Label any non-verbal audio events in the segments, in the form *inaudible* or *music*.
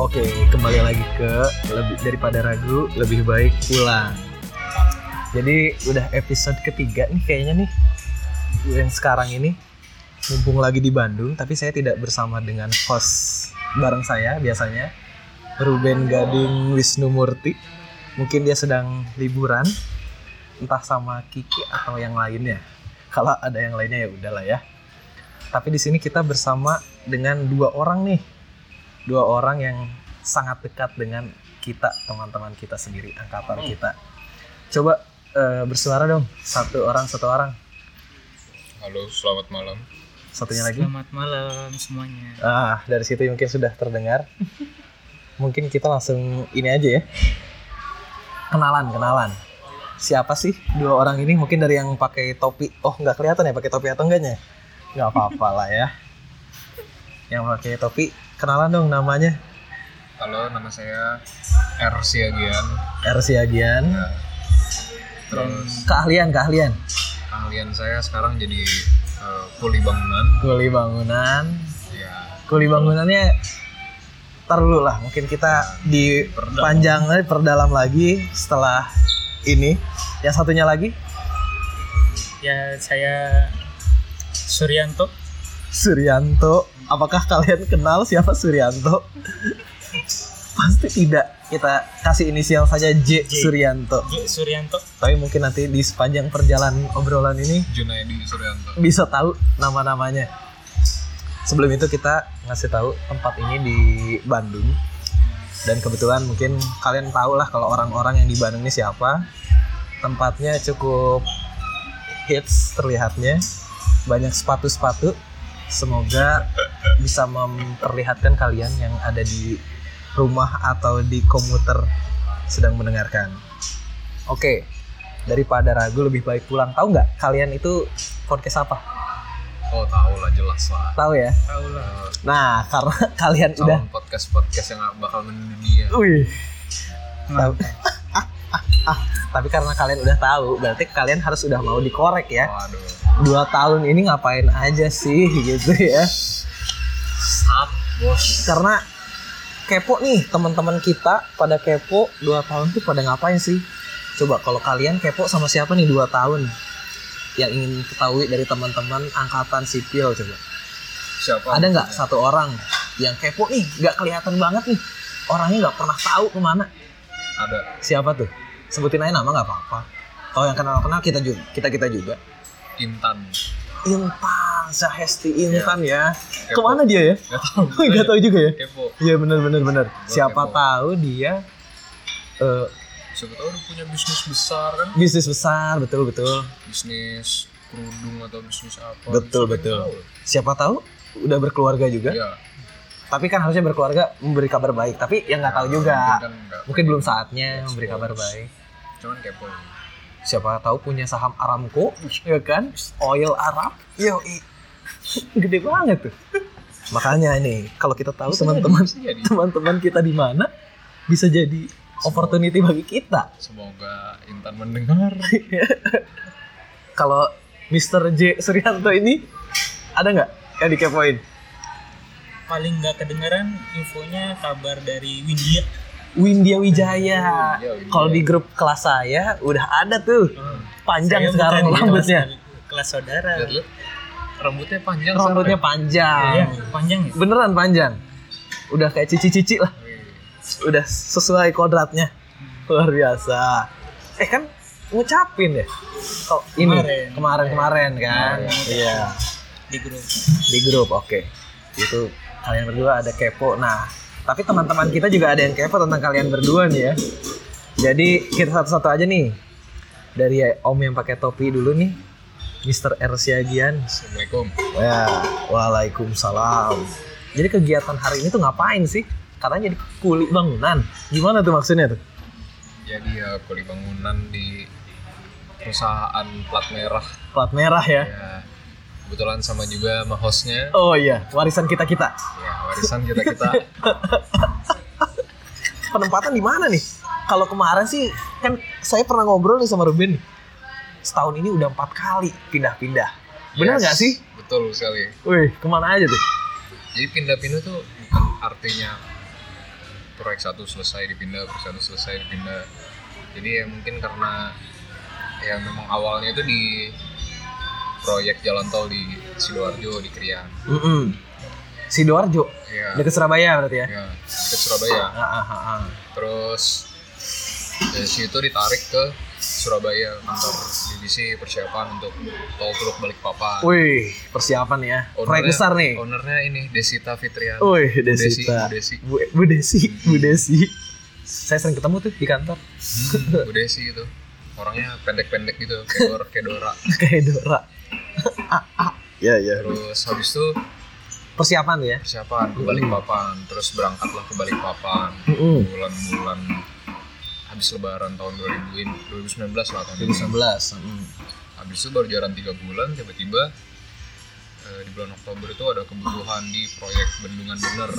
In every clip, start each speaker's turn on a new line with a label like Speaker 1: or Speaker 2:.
Speaker 1: Oke, kembali lagi ke lebih daripada ragu, lebih baik pulang. Jadi udah episode ketiga nih kayaknya nih yang sekarang ini mumpung lagi di Bandung, tapi saya tidak bersama dengan host bareng saya biasanya Ruben Gading Wisnu Murti. Mungkin dia sedang liburan entah sama Kiki atau yang lainnya. Kalau ada yang lainnya ya udahlah ya. Tapi di sini kita bersama dengan dua orang nih. Dua orang yang sangat dekat dengan kita, teman-teman kita sendiri, angkatan kita. Coba eh, bersuara dong, satu orang satu orang.
Speaker 2: Halo, selamat malam.
Speaker 1: Satunya lagi.
Speaker 3: Selamat malam semuanya.
Speaker 1: Ah, dari situ mungkin sudah terdengar. mungkin kita langsung ini aja ya. Kenalan, kenalan. Siapa sih dua orang ini? Mungkin dari yang pakai topi. Oh, nggak kelihatan ya pakai topi atau enggaknya? Nggak apa-apa lah ya. Yang pakai topi, kenalan dong namanya.
Speaker 2: Halo, nama saya R Siagian.
Speaker 1: R. Siagian.
Speaker 2: Ya. Terus
Speaker 1: Keahlian, keahlian.
Speaker 2: keahlian saya sekarang jadi eh, kuli bangunan.
Speaker 1: Kuli bangunan,
Speaker 2: Ya,
Speaker 1: kuli bangunannya ntar dulu lah mungkin kita dipanjang lagi perdalam lagi setelah ini yang satunya lagi
Speaker 3: Ya saya Suryanto.
Speaker 1: Suryanto apakah kalian kenal siapa Suryanto *laughs* pasti tidak kita kasih inisial saja J,
Speaker 3: J.
Speaker 1: Suryanto
Speaker 3: J Suryanto.
Speaker 1: tapi mungkin nanti di sepanjang perjalanan obrolan ini
Speaker 2: Junaidi Suryanto.
Speaker 1: bisa tahu nama-namanya sebelum itu kita ngasih tahu tempat ini di Bandung dan kebetulan mungkin kalian tahu lah kalau orang-orang yang di Bandung ini siapa tempatnya cukup hits terlihatnya banyak sepatu-sepatu semoga bisa memperlihatkan kalian yang ada di rumah atau di komuter sedang mendengarkan oke daripada ragu lebih baik pulang tahu nggak kalian itu podcast apa
Speaker 2: Oh, tahu lah jelas lah.
Speaker 1: tahu ya
Speaker 3: Tahu lah.
Speaker 2: Eh,
Speaker 1: nah karena *laughs* kalian udah
Speaker 2: Calon podcast-podcast yang bakal mendunia.
Speaker 1: Wih. Tapi, *laughs* tapi karena kalian udah tahu, berarti kalian harus udah mau dikorek ya.
Speaker 2: Waduh.
Speaker 1: Dua tahun ini ngapain aja sih *laughs* gitu ya?
Speaker 2: Saat bos.
Speaker 1: Karena kepo nih teman-teman kita pada kepo dua tahun tuh pada ngapain sih? Coba kalau kalian kepo sama siapa nih dua tahun? Yang ingin ketahui dari teman-teman angkatan sipil coba.
Speaker 2: Siapa?
Speaker 1: Ada nggak
Speaker 2: maksudnya?
Speaker 1: satu orang yang kepo nih? Nggak kelihatan banget nih. Orangnya nggak pernah tahu kemana.
Speaker 2: Ada.
Speaker 1: siapa tuh sebutin aja nama nggak apa-apa kalau yang kenal kenal kita juga kita kita juga
Speaker 2: Intan.
Speaker 1: Intan Sahesti Intan ya
Speaker 2: Kepo.
Speaker 1: kemana dia ya
Speaker 2: Gak tahu.
Speaker 1: *laughs* *laughs* nggak tahu juga ya
Speaker 2: Kepo.
Speaker 1: Iya benar benar benar siapa
Speaker 2: kepo.
Speaker 1: tahu dia eh,
Speaker 2: Siapa tahu udah punya bisnis besar kan?
Speaker 1: bisnis besar betul betul
Speaker 2: Bisnis kerudung atau bisnis apa?
Speaker 1: betul
Speaker 2: Oh, Siapa yang
Speaker 1: betul Ya?
Speaker 2: tahu?
Speaker 1: siapa tahu udah berkeluarga juga
Speaker 2: Iya.
Speaker 1: tapi kan harusnya berkeluarga memberi kabar baik tapi yang nggak tahu juga
Speaker 2: Mungkin kan nggak-
Speaker 1: mungkin belum saatnya memberi kabar baik
Speaker 2: Cuman kepo. ya.
Speaker 1: siapa tahu punya saham Aramco ya kan oil Arab yo *laughs* gede banget tuh makanya nih kalau kita tahu teman-teman *laughs*
Speaker 2: Bisa jadi.
Speaker 1: teman-teman kita di mana bisa jadi opportunity bagi kita *laughs*
Speaker 2: Semoga Intan mendengar.
Speaker 1: kalau Mr. J Suryanto ini ada nggak yang dikepoin
Speaker 3: Paling nggak kedengeran infonya kabar dari Windia.
Speaker 1: Windia Wijaya
Speaker 2: Windia Wijaya.
Speaker 1: kalau di grup kelas saya udah ada tuh panjang
Speaker 3: Hmm. Saya
Speaker 1: sekarang
Speaker 3: bukan di
Speaker 1: rambutnya
Speaker 3: Kelas, kelas saudara.
Speaker 2: Lihat-lihat. Rambutnya panjang.
Speaker 1: rambutnya panjang
Speaker 3: Iya, panjang ya.
Speaker 1: beneran panjang udah kayak cici-cici lah udah sesuai kodratnya luar biasa eh kan ngucapin ya kalau ini
Speaker 3: Kemarin.
Speaker 1: kemarin kemarin kan iya
Speaker 3: Di grup.
Speaker 1: di grup oke itu kalian berdua ada kepo nah tapi teman-teman kita juga ada yang kepo tentang kalian berdua nih ya jadi kita satu-satu aja nih dari om yang pakai topi dulu nih Mr. R. Siagian
Speaker 2: Assalamualaikum.
Speaker 1: Ya, waalaikumsalam. Jadi kegiatan hari ini tuh ngapain sih? Katanya jadi kuli bangunan. Gimana tuh maksudnya tuh?
Speaker 2: Jadi ya kuli bangunan di perusahaan plat merah.
Speaker 1: Plat merah ya.
Speaker 2: Ya, kebetulan sama juga sama hostnya.
Speaker 1: Oh iya, warisan kita-kita.
Speaker 2: Ya warisan kita
Speaker 1: *laughs*
Speaker 2: kita.
Speaker 1: Penempatan di mana nih? Kalau kemarin sih kan saya pernah ngobrol nih sama Ruben. Setahun ini udah empat kali pindah-pindah. Bener
Speaker 2: Yes,
Speaker 1: nggak sih?
Speaker 2: Betul sekali.
Speaker 1: Wih, kemana aja tuh?
Speaker 2: Jadi pindah-pindah tuh bukan artinya proyek satu selesai dipindah proyek satu selesai dipindah jadi ya mungkin karena ya memang awalnya itu di proyek jalan tol di sidoarjo di Krian
Speaker 1: Mm-mm. Sidoarjo,
Speaker 2: ya
Speaker 1: dekat Surabaya berarti ya.
Speaker 2: ya ke Surabaya
Speaker 1: Ah, ah, ah, ah.
Speaker 2: terus dari situ ditarik ke Surabaya kantor divisi persiapan untuk tol Teluk Balikpapan
Speaker 1: Wih, persiapan ya. Proyek besar nih.
Speaker 2: Ownernya ini Desita Fitriana.
Speaker 1: Wih,
Speaker 2: Desi,
Speaker 1: Desita.
Speaker 2: Bu Desi.
Speaker 1: Bu, Bu Desi, Bu Desi. Saya sering ketemu tuh di kantor
Speaker 2: Hmm, Bu Desi itu. Orangnya pendek-pendek gitu, kayak Dora, kayak Dora.
Speaker 1: *laughs* kayak *laughs* Dora. Ya ya.
Speaker 2: Terus habis itu
Speaker 1: Persiapan tuh ya.
Speaker 2: persiapan ke Balikpapan, terus berangkatlah ke Balikpapan.
Speaker 1: Mm-mm.
Speaker 2: Bulan-bulan habis lebaran tahun 2000 in- 2019 lah tahun ini.
Speaker 1: 2019. mm.
Speaker 2: Habis itu baru jalan 3 bulan tiba-tiba eh, di bulan Oktober itu ada kebutuhan di proyek bendungan bener.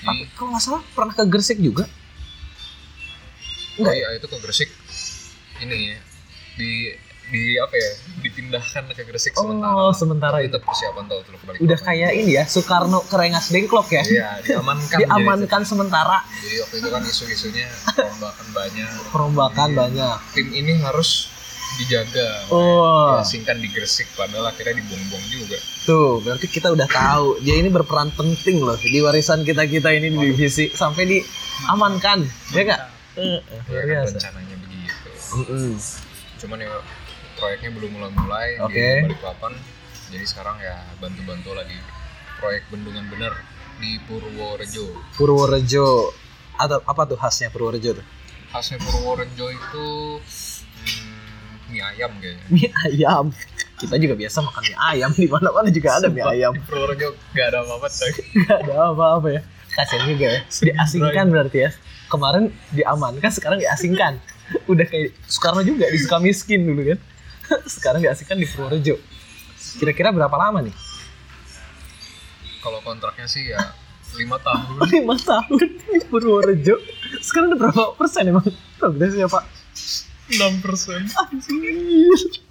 Speaker 2: Jadi
Speaker 1: Kalau nggak salah pernah ke Gresik juga.
Speaker 2: Oh
Speaker 1: Enggak. ya?
Speaker 2: iya itu ke Gresik ini ya, di di apa ya dipindahkan ke Gresik sementara
Speaker 1: Oh, sementara
Speaker 2: Ah, itu
Speaker 1: itu.
Speaker 2: persiapan tol Teluk Balikpapan
Speaker 1: Udah kayak ini ya, Soekarno kerengas dengklok ya.
Speaker 2: iya *laughs* diamankan jadi,
Speaker 1: Diamankan sementara,
Speaker 2: jadi waktu itu kan isu-isunya perombakan banyak
Speaker 1: perombakan
Speaker 2: Iya.
Speaker 1: banyak.
Speaker 2: tim ini harus dijaga
Speaker 1: Oh,
Speaker 2: diasingkan di Gresik padahal akhirnya dibuang-buang juga
Speaker 1: tuh berarti kita udah tahu. Dia ini berperan penting loh di warisan kita kita ini di divisi sampai diamankan, ya nggak? Eh, eh,
Speaker 2: ya
Speaker 1: luar
Speaker 2: kan
Speaker 1: biasa.
Speaker 2: rencananya begitu
Speaker 1: Mm-mm.
Speaker 2: cuman ya proyeknya belum mulai-mulai
Speaker 1: Oke.
Speaker 2: di Balikpapan jadi sekarang ya bantu-bantu lah di proyek bendungan bener di Purworejo
Speaker 1: Purworejo atau apa tuh khasnya Purworejo tuh? *laughs*
Speaker 2: khasnya Purworejo itu hmm, mie ayam kayaknya.
Speaker 1: Mie ayam. Kita juga biasa makan mie ayam di mana-mana juga ada mie *laughs* ayam.
Speaker 2: Purworejo gak ada apa-apa coy.
Speaker 1: Gak ada apa-apa ya. Kasian juga ya. Diasingkan berarti ya. Kemarin diamankan, sekarang diasingkan. *laughs* Udah kayak Soekarno juga di Sukamiskin dulu kan. *laughs* Sekarang diasingkan di Purworejo. Kira-kira berapa lama nih?
Speaker 2: Kalau kontraknya sih ya lima tahun.
Speaker 1: 5 tahun di Purworejo. Sekarang udah berapa persen emang progresnya Pak?
Speaker 2: 6 persen.
Speaker 1: Anjir.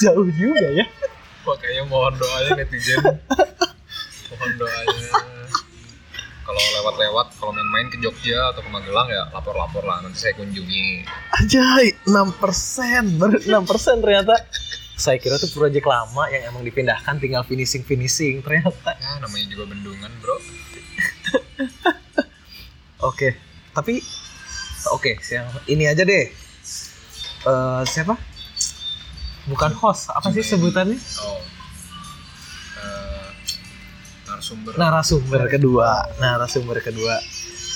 Speaker 1: Jauh juga ya.
Speaker 2: Makanya mohon doanya netizen. Mohon doanya. Kalau lewat-lewat, kalau main-main ke Jogja atau ke Magelang ya lapor-lapor lah. Nanti saya kunjungi.
Speaker 1: Ajay, 6 persen, baru 6 persen ternyata. Saya kira tuh proyek lama yang emang dipindahkan tinggal finishing-finishing ternyata.
Speaker 2: Ya namanya juga bendungan bro.
Speaker 1: Oke, tapi oke, siang- ini aja deh. Eh siapa? Bukan host, apa sih sebutannya?
Speaker 2: Oh. Eh, narasumber.
Speaker 3: Nah,
Speaker 1: Narasumber kedua, narasumber kedua.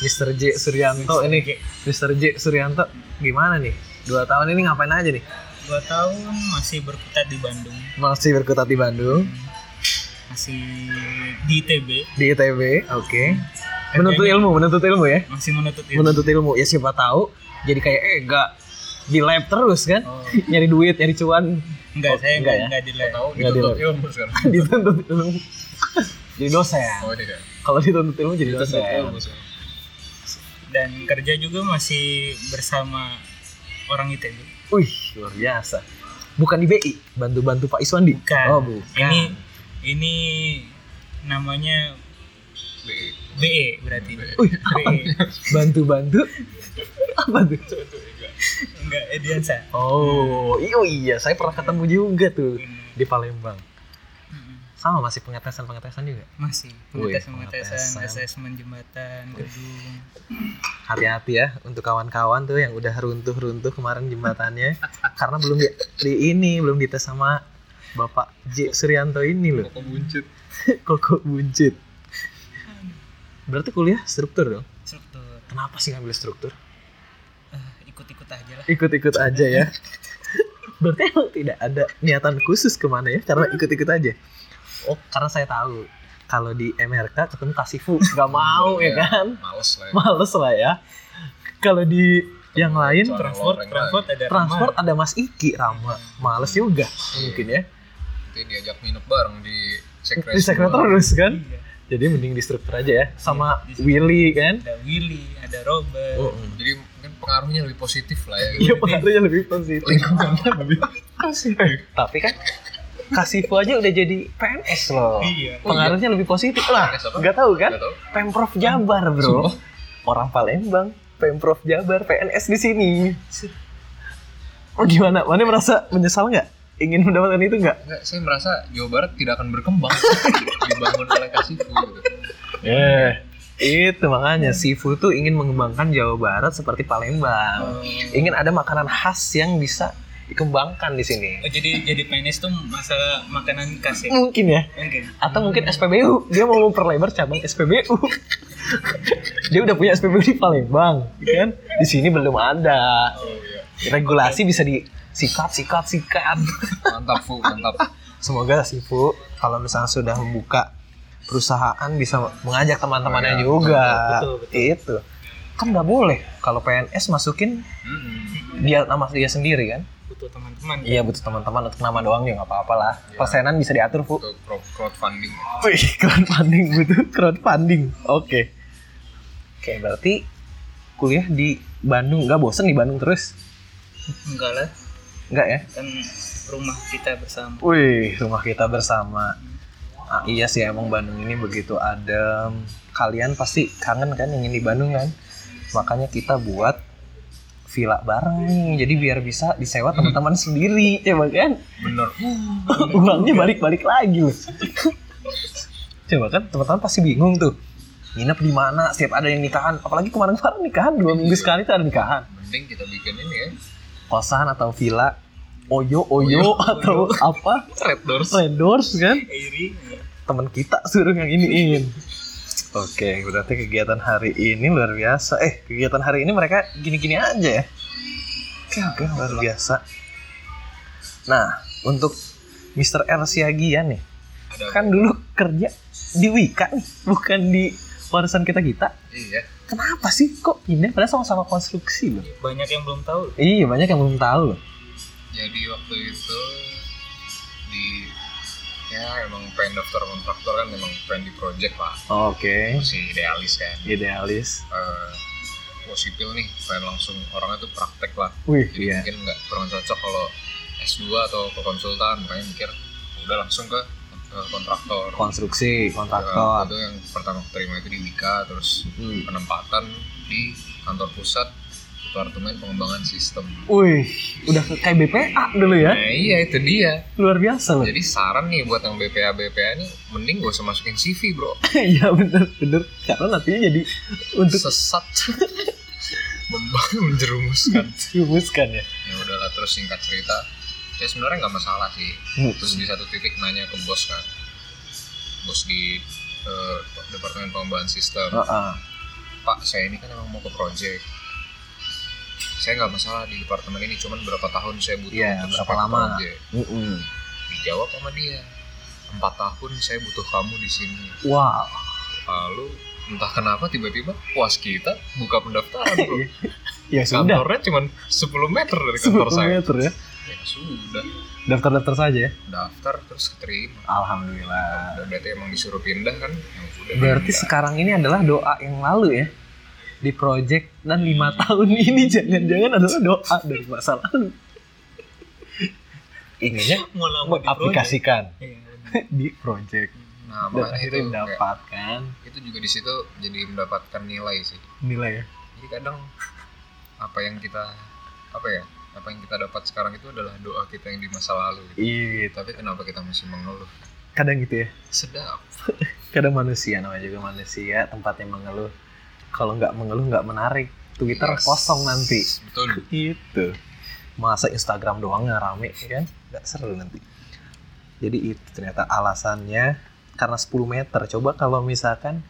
Speaker 1: Mr. J Suryanto ini, Mr. J Suryanto gimana nih? Dua tahun ini ngapain aja nih?
Speaker 3: Dua tahun masih berkutat di Bandung,
Speaker 1: Masih berkutat di Bandung,
Speaker 3: masih di ITB,
Speaker 1: di ITB, oke. Menuntut ilmu, menuntut ilmu ya.
Speaker 3: masih menuntut ilmu.
Speaker 1: Eh, menuntut ilmu ya siapa tahu jadi kayak eh enggak di lab terus kan
Speaker 3: Oh,
Speaker 1: *laughs* nyari duit nyari cuan
Speaker 3: enggak, saya
Speaker 1: enggak
Speaker 3: enggak,
Speaker 1: ya?
Speaker 3: enggak di lab.
Speaker 2: Tahu
Speaker 1: Nggak
Speaker 2: dituntut
Speaker 1: di-
Speaker 2: ilmu sekarang.
Speaker 1: *laughs* dituntut ilmu jadi dosen
Speaker 3: Ya.
Speaker 2: Oh iya.
Speaker 1: kalau dituntut ilmu jadi dosen
Speaker 2: Dituntut ilmu sekarang.
Speaker 3: Dan kerja juga masih bersama orang ITB.
Speaker 1: wih luar biasa bukan di BI bantu bantu Pak Iswandi
Speaker 3: Bukan.
Speaker 1: oh bukan
Speaker 3: Ini ini namanya
Speaker 2: BI.
Speaker 3: BE berarti.
Speaker 1: E.
Speaker 3: E.
Speaker 1: Wih,
Speaker 3: BE.
Speaker 1: bantu bantu apa tuh
Speaker 3: Enggak, Ediansa.
Speaker 1: oh iyo iya saya pernah ketemu juga tuh
Speaker 3: Ini,
Speaker 1: di Palembang
Speaker 3: mm,
Speaker 1: sama masih pengetesan pengetesan juga
Speaker 3: Masih
Speaker 1: Wih,
Speaker 3: pengetesan-pengetesan,
Speaker 1: pengetesan.
Speaker 3: asesmen jembatan, gedung.
Speaker 1: hati-hati ya untuk kawan-kawan tuh yang udah runtuh-runtuh kemarin jembatannya karena belum di, di ini belum dites sama Bapak J Suryanto ini loh
Speaker 2: Kok buncit?
Speaker 1: koko buncit berarti kuliah struktur dong
Speaker 3: Struktur.
Speaker 1: kenapa sih ngambil struktur
Speaker 3: Eh, ikut-ikut aja lah.
Speaker 1: ikut-ikut aja ya *laughs* berarti emang tidak ada niatan khusus kemana ya karena ikut-ikut aja oh karena saya tahu kalau di MRK ketemu kasifu nggak mau ya kan
Speaker 2: Iya, Males lah ya.
Speaker 1: males lah ya kalau di yang lain
Speaker 2: Soalnya
Speaker 3: Transport,
Speaker 2: loreng
Speaker 3: transport ada
Speaker 1: transport ada Mas Iki Rama males juga
Speaker 2: lagi.
Speaker 1: mungkin ya
Speaker 2: Nanti diajak nginep bareng di sekretariat.
Speaker 1: di sekretariat
Speaker 3: ramah.
Speaker 1: kan
Speaker 3: Iya.
Speaker 1: jadi mending di struktur aja ya sama
Speaker 3: Iya, di struktur.
Speaker 1: Willy kan
Speaker 3: Ada Willy, ada Robert.
Speaker 2: Hmm, Jadi mungkin pengaruhnya lebih positif lah ya.
Speaker 1: iya pengaruhnya lebih positif
Speaker 2: Lingkungannya lebih.
Speaker 1: tapi kan Kasifu aja udah jadi PNS loh
Speaker 3: Iya.
Speaker 1: pengaruhnya lebih positif lah
Speaker 2: PNS apa?
Speaker 1: nggak tahu kan
Speaker 2: Gak tau.
Speaker 1: Pemprov Jabar bro orang Palembang, Pemprov Jabar, PNS di sini. Oh gimana? Mana merasa menyesal nggak? Ingin mendapatkan itu nggak?
Speaker 2: Enggak, saya merasa Jawa Barat tidak akan berkembang *laughs* dibangun oleh Kasifu gitu.
Speaker 1: Eh. Itu makanya Sifu tuh ingin mengembangkan Jawa Barat seperti Palembang. Ingin ada makanan khas yang bisa dikembangkan di sini.
Speaker 3: Oh, jadi jadi PNS tuh masalah makanan khas ya?
Speaker 1: Mungkin ya.
Speaker 3: Mungkin.
Speaker 1: Atau mungkin SPBU. Dia mau memperlebar cabang SPBU. Dia udah punya SPBU di Palembang, kan? Di sini belum ada.
Speaker 2: Oh, iya.
Speaker 1: Regulasi bisa disikat, sikat, sikat.
Speaker 2: Mantap, Fu, mantap.
Speaker 1: Semoga Sifu kalau misalnya sudah membuka perusahaan bisa mengajak teman-temannya
Speaker 2: Oh, iya.
Speaker 1: juga.
Speaker 3: Betul, betul.
Speaker 1: Itu. Kan nggak boleh kalau PNS masukin
Speaker 2: Mm-mm.
Speaker 1: dia nama dia sendiri kan?
Speaker 3: Butuh teman-teman.
Speaker 1: Iya butuh teman-teman untuk nama doang ya nggak apa-apa lah. Persenan bisa diatur bu.
Speaker 2: Untuk crowd- crowdfunding.
Speaker 1: Wih, *laughs* crowdfunding butuh crowdfunding. Oke. Oke, berarti kuliah di Bandung nggak bosen di Bandung terus?
Speaker 3: Enggak lah,
Speaker 1: Nggak ya?
Speaker 3: kan rumah kita bersama.
Speaker 1: Wih, rumah kita bersama. Ah, iya sih emang Bandung ini begitu adem. Kalian pasti kangen kan ingin di Bandung kan? Makanya kita buat villa bareng nih. Jadi biar bisa disewa teman-teman sendiri, ya Bang, kan?
Speaker 2: Bener.
Speaker 1: *laughs*
Speaker 2: Hmm,
Speaker 1: uangnya balik-balik lagi loh. Coba kan teman-teman pasti bingung tuh. Nginep di mana setiap ada yang nikahan. Apalagi kemarin-kemarin nikahan dua minggu sekali tuh ada nikahan.
Speaker 2: Mending kita bikin ini ya.
Speaker 1: Kosan atau villa Oyo Oyo,
Speaker 2: Oyo,
Speaker 1: atau apa?
Speaker 2: Red Doors.
Speaker 1: Red Doors kan?
Speaker 3: Iri. ya.
Speaker 1: Teman kita *laughs* suruh yang iniin. Oke, berarti kegiatan hari ini luar biasa. Eh, kegiatan hari ini mereka gini-gini aja ya. Oke, oke, luar biasa. Nah, untuk Mr. R Siagian nih,
Speaker 2: Ada
Speaker 1: kan dulu kerja di Wika nih, bukan di warisan kita kita.
Speaker 2: Iya.
Speaker 1: Kenapa sih kok pindah? Padahal sama-sama konstruksi loh.
Speaker 3: Banyak yang belum tahu.
Speaker 1: Iya banyak yang belum tahu loh.
Speaker 2: Jadi waktu itu di ya emang pengen daftar kontraktor kan memang pengen di project lah
Speaker 1: Oke,
Speaker 2: masih idealis kan
Speaker 1: idealis.
Speaker 2: Eh, mau sipil nih pengen langsung orangnya tuh praktek lah
Speaker 1: Wih, iya.
Speaker 2: jadi mungkin nggak kurang cocok kalau S2 atau ke konsultan makanya mikir "Ya udah langsung ke, ke kontraktor
Speaker 1: Konstruksi,
Speaker 2: Ya,
Speaker 1: kontraktor.
Speaker 2: itu yang pertama aku terima itu di Wika terus
Speaker 1: Hmm.
Speaker 2: penempatan di kantor pusat Departemen Pengembangan Sistem
Speaker 1: Wih, udah kayak BPA dulu ya.
Speaker 2: nah iya itu dia
Speaker 1: Luar biasa loh.
Speaker 2: Jadi saran nih buat yang BPA BPA nih mending gak usah masukin CV, Bro.
Speaker 1: *laughs* Iya bener bener. Karena nantinya jadi untuk
Speaker 2: Sesat. *laughs* Membangun menjerumuskan.
Speaker 1: rumuskan ya.
Speaker 2: Ya udahlah terus singkat cerita. Ya sebenarnya nggak masalah sih.
Speaker 1: Hmm.
Speaker 2: Terus di satu titik nanya ke bos kan. Bos di eh, Departemen Pengembangan Sistem.
Speaker 1: Heeh.
Speaker 2: Pak, saya ini kan emang mau ke project. Saya nggak masalah di departemen ini, cuman berapa tahun saya butuh
Speaker 1: Iya,
Speaker 2: untuk
Speaker 1: berapa
Speaker 2: sampai ke
Speaker 1: lama?
Speaker 2: project.
Speaker 1: Mm-mm.
Speaker 2: Dijawab sama dia. Empat tahun saya butuh kamu di sini.
Speaker 1: Wow.
Speaker 2: lalu entah kenapa tiba-tiba puas kita buka pendaftaran
Speaker 1: *laughs*
Speaker 2: bro.
Speaker 1: ya sudah.
Speaker 2: kantornya cuma 10 meter dari kantor saya
Speaker 1: 10 meter ya.
Speaker 2: ya sudah
Speaker 1: Daftar-daftar saja ya.
Speaker 2: daftar terus keterima
Speaker 1: Alhamdulillah.
Speaker 2: udah berarti emang disuruh pindah kan ya sudah
Speaker 1: Berarti
Speaker 2: pindah.
Speaker 1: sekarang ini adalah doa yang lalu ya di project dan lima tahun ini jangan-jangan adalah doa dari masa lalu. Ininya
Speaker 3: Mau lama di
Speaker 1: aplikasikan
Speaker 3: project. Iya, benar.
Speaker 1: Oh, *laughs* di project
Speaker 2: nah
Speaker 1: dan
Speaker 2: makanya itu
Speaker 1: akhirnya
Speaker 2: kayak-
Speaker 1: mendapatkan
Speaker 2: itu juga di situ jadi mendapatkan nilai sih
Speaker 1: nilai ya.
Speaker 2: jadi kadang apa yang kita apa ya apa yang kita dapat sekarang itu adalah doa kita yang di masa lalu gitu.
Speaker 1: Iya,
Speaker 2: tapi kenapa kita masih mengeluh
Speaker 1: kadang gitu ya.
Speaker 2: sedap
Speaker 1: Kadang manusia namanya juga manusia tempatnya mengeluh. Kalau nggak mengeluh nggak menarik. Twitter
Speaker 2: Yes.
Speaker 1: kosong nanti.
Speaker 2: betul
Speaker 1: gitu masa Instagram doang yang rame ya kan nggak seru nanti jadi itu ternyata alasannya karena 10 meter coba kalau misalkan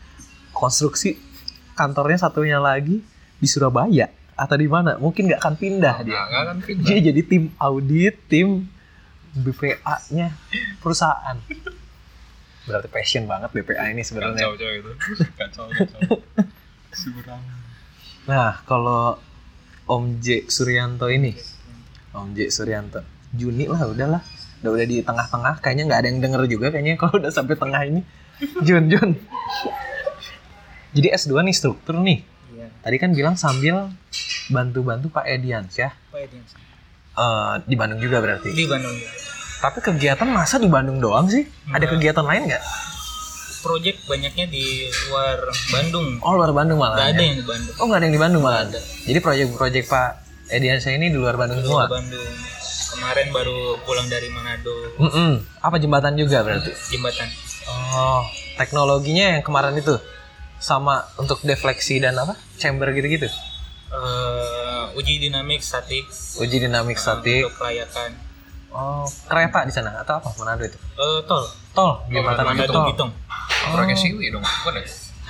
Speaker 1: konstruksi kantornya satunya lagi di Surabaya atau di mana mungkin nggak akan pindah dia
Speaker 2: nah, kan pindah
Speaker 1: *laughs* dia jadi tim audit tim BPA nya perusahaan berarti passion banget BPA ini sebenarnya
Speaker 2: kacau kacau itu kacau kacau
Speaker 1: *laughs*
Speaker 2: Seberang.
Speaker 1: Nah, kalau Om J Suryanto ini, Om J Suryanto, Juni lah udahlah, udah udah di tengah-tengah, kayaknya nggak ada yang denger juga kayaknya kalau udah sampai tengah ini, Jun Jun. Jadi S2 nih struktur nih.
Speaker 3: Iya.
Speaker 1: Tadi kan bilang sambil bantu-bantu Pak Ediansyah
Speaker 3: Apa itu yang
Speaker 1: eh, di Bandung juga berarti.
Speaker 3: Iya, Di Bandung.
Speaker 1: Hmm. Tapi kegiatan masa di Bandung doang sih? Ada kegiatan lain nggak?
Speaker 3: project banyaknya di luar Bandung.
Speaker 1: Oh luar Bandung malah.
Speaker 3: Gak ada
Speaker 1: ya?
Speaker 3: yang di Bandung.
Speaker 1: Oh nggak ada yang di Bandung malah. Jadi proyek-proyek Pak Ediansyah ini di luar Bandung
Speaker 3: Di
Speaker 1: semua.
Speaker 3: luar Bandung. Kemarin baru pulang dari Manado
Speaker 1: Mm-mm. Apa jembatan juga berarti?
Speaker 3: jembatan.
Speaker 1: Oh teknologinya yang kemarin itu sama untuk defleksi dan apa chamber gitu-gitu.
Speaker 3: Eh, uji dinamik statik
Speaker 1: Uji dinamik statik.
Speaker 3: untuk kelayakan
Speaker 1: Oh kereta di sana atau apa Manado itu?
Speaker 3: Eh, tol
Speaker 1: Tol jembatan ada
Speaker 3: Manado
Speaker 1: tol.
Speaker 3: Bitung.
Speaker 1: Oh.
Speaker 2: Orangnya siwi dong, bukan ya?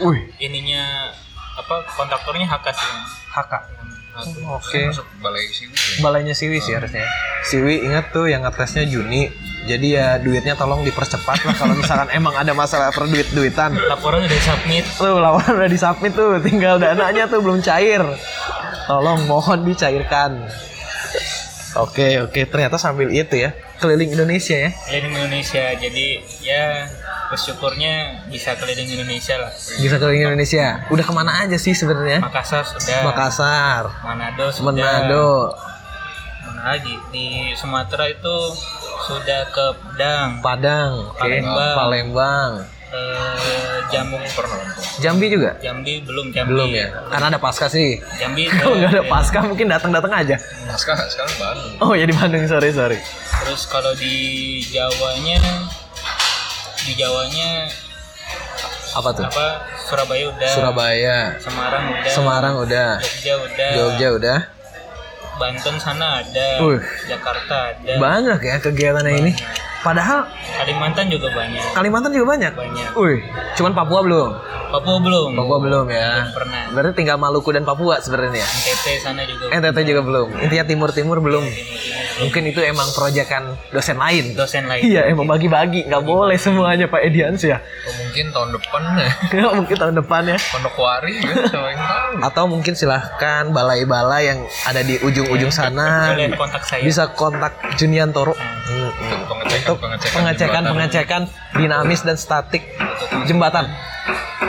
Speaker 1: Wih
Speaker 3: Ininya apa kontraktornya HK sih. yang-
Speaker 1: HK.
Speaker 3: yang-
Speaker 1: Oke.
Speaker 2: Masuk balai siwi ya.
Speaker 1: balainya Siwi sih harusnya. Siwi ingat tuh yang ngetesnya Juni. Jadi ya duitnya tolong dipercepat lah kalau misalkan *laughs* emang ada masalah perduit duitan.
Speaker 3: Laporan udah submit
Speaker 1: Tuh lawan udah disubmit tuh, tinggal dananya tuh belum cair. Tolong mohon dicairkan. Oke oke ternyata sambil itu ya keliling Indonesia ya.
Speaker 3: keliling Indonesia. Jadi ya bersyukurnya bisa keliling Indonesia lah.
Speaker 1: Bisa keliling Indonesia. Udah kemana aja sih sebenarnya?
Speaker 3: Makassar sudah.
Speaker 1: Makassar,
Speaker 3: Manado sudah.
Speaker 1: Manado,
Speaker 3: Mana lagi di Sumatera itu sudah ke Pedang,
Speaker 1: Padang, oke,
Speaker 3: Palembang.
Speaker 1: Palembang,
Speaker 3: ke Jamu
Speaker 2: Pernah nonton.
Speaker 1: Jambi juga
Speaker 3: Jambi belum Jambi.
Speaker 1: belum ya? Karena ada pasca sih. *laughs*
Speaker 3: Jambi eh,
Speaker 1: Kalau nggak ada
Speaker 3: belum.
Speaker 1: pasca mungkin datang-datang aja.
Speaker 2: Nah, sekarang, sekarang Bandung.
Speaker 1: Oh ya di Bandung sorry sorry.
Speaker 3: Terus kalau di Jawanya di Jawanya
Speaker 1: Apa tuh?
Speaker 3: apa Surabaya udah.
Speaker 1: Surabaya,
Speaker 3: Semarang udah.
Speaker 1: Semarang udah,
Speaker 3: Jogja udah.
Speaker 1: Jogja udah.
Speaker 3: Banten sana ada.
Speaker 1: Uh.
Speaker 3: Jakarta ada.
Speaker 1: Banyak ya kegiatannya ini. Padahal
Speaker 3: Kalimantan juga banyak.
Speaker 1: Kalimantan juga banyak.
Speaker 3: Banyak.
Speaker 1: Wih, cuman Papua belum.
Speaker 3: Papua belum.
Speaker 1: Papua belum ya.
Speaker 3: Pernah.
Speaker 1: Berarti tinggal Maluku dan Papua sebenarnya.
Speaker 3: NTT sana juga.
Speaker 1: NTT juga belum. Intinya timur-timur belum. Mungkin itu emang proyekan dosen lain.
Speaker 3: Dosen lain.
Speaker 1: Iya, emang bagi-bagi. Nggak boleh semuanya Pak Edians *laughs* ya.
Speaker 2: Oh, mungkin tahun depan ya.
Speaker 1: Mungkin tahun depan ya.
Speaker 2: Ponokwari kan, siapa yang tahu.
Speaker 1: Atau mungkin silahkan balai-balai yang ada di ujung-ujung sana.
Speaker 3: Boleh kontak saya. Hmm.
Speaker 1: bisa kontak Junian Toro
Speaker 2: Untuk pengecekan,
Speaker 1: untuk
Speaker 2: pengecekan,
Speaker 1: pengecekan
Speaker 2: jembatan.
Speaker 1: pengecekan dinamis dan statik jembatan.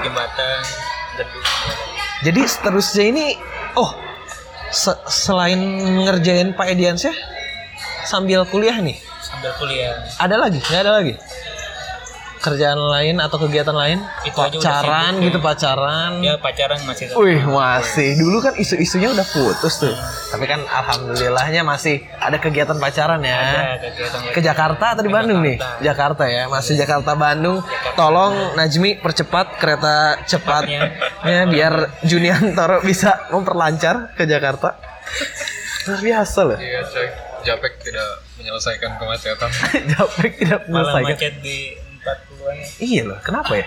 Speaker 3: jembatan gedung
Speaker 1: Jadi seterusnya ini oh se- selain ngerjain Pak Ediansyah sambil kuliah nih
Speaker 3: sambil kuliah
Speaker 1: ada lagi nggak ada lagi kerjaan lain atau kegiatan lain
Speaker 3: Itu aja udah
Speaker 1: pacaran
Speaker 3: sibuk,
Speaker 1: gitu pacaran
Speaker 3: ya pacaran masih tetap
Speaker 1: Wih masih dulu kan isu-isunya udah putus tuh tapi kan alhamdulillahnya masih ada kegiatan pacaran ya
Speaker 3: ada kegiatan
Speaker 1: ke Jakarta atau di Bandung nih? Jakarta ya, masih Jakarta Bandung. Tolong Najmi percepat kereta cepatnya biar Junian Toro bisa memperlancar ke Jakarta. Luar biasa loh. *laughs*
Speaker 2: Iya, coy. Japek tidak menyelesaikan kemacetan.
Speaker 1: Japek tidak
Speaker 3: malah
Speaker 1: menyelesaikan.
Speaker 3: macet di 40-an
Speaker 1: Iya loh, kenapa ya?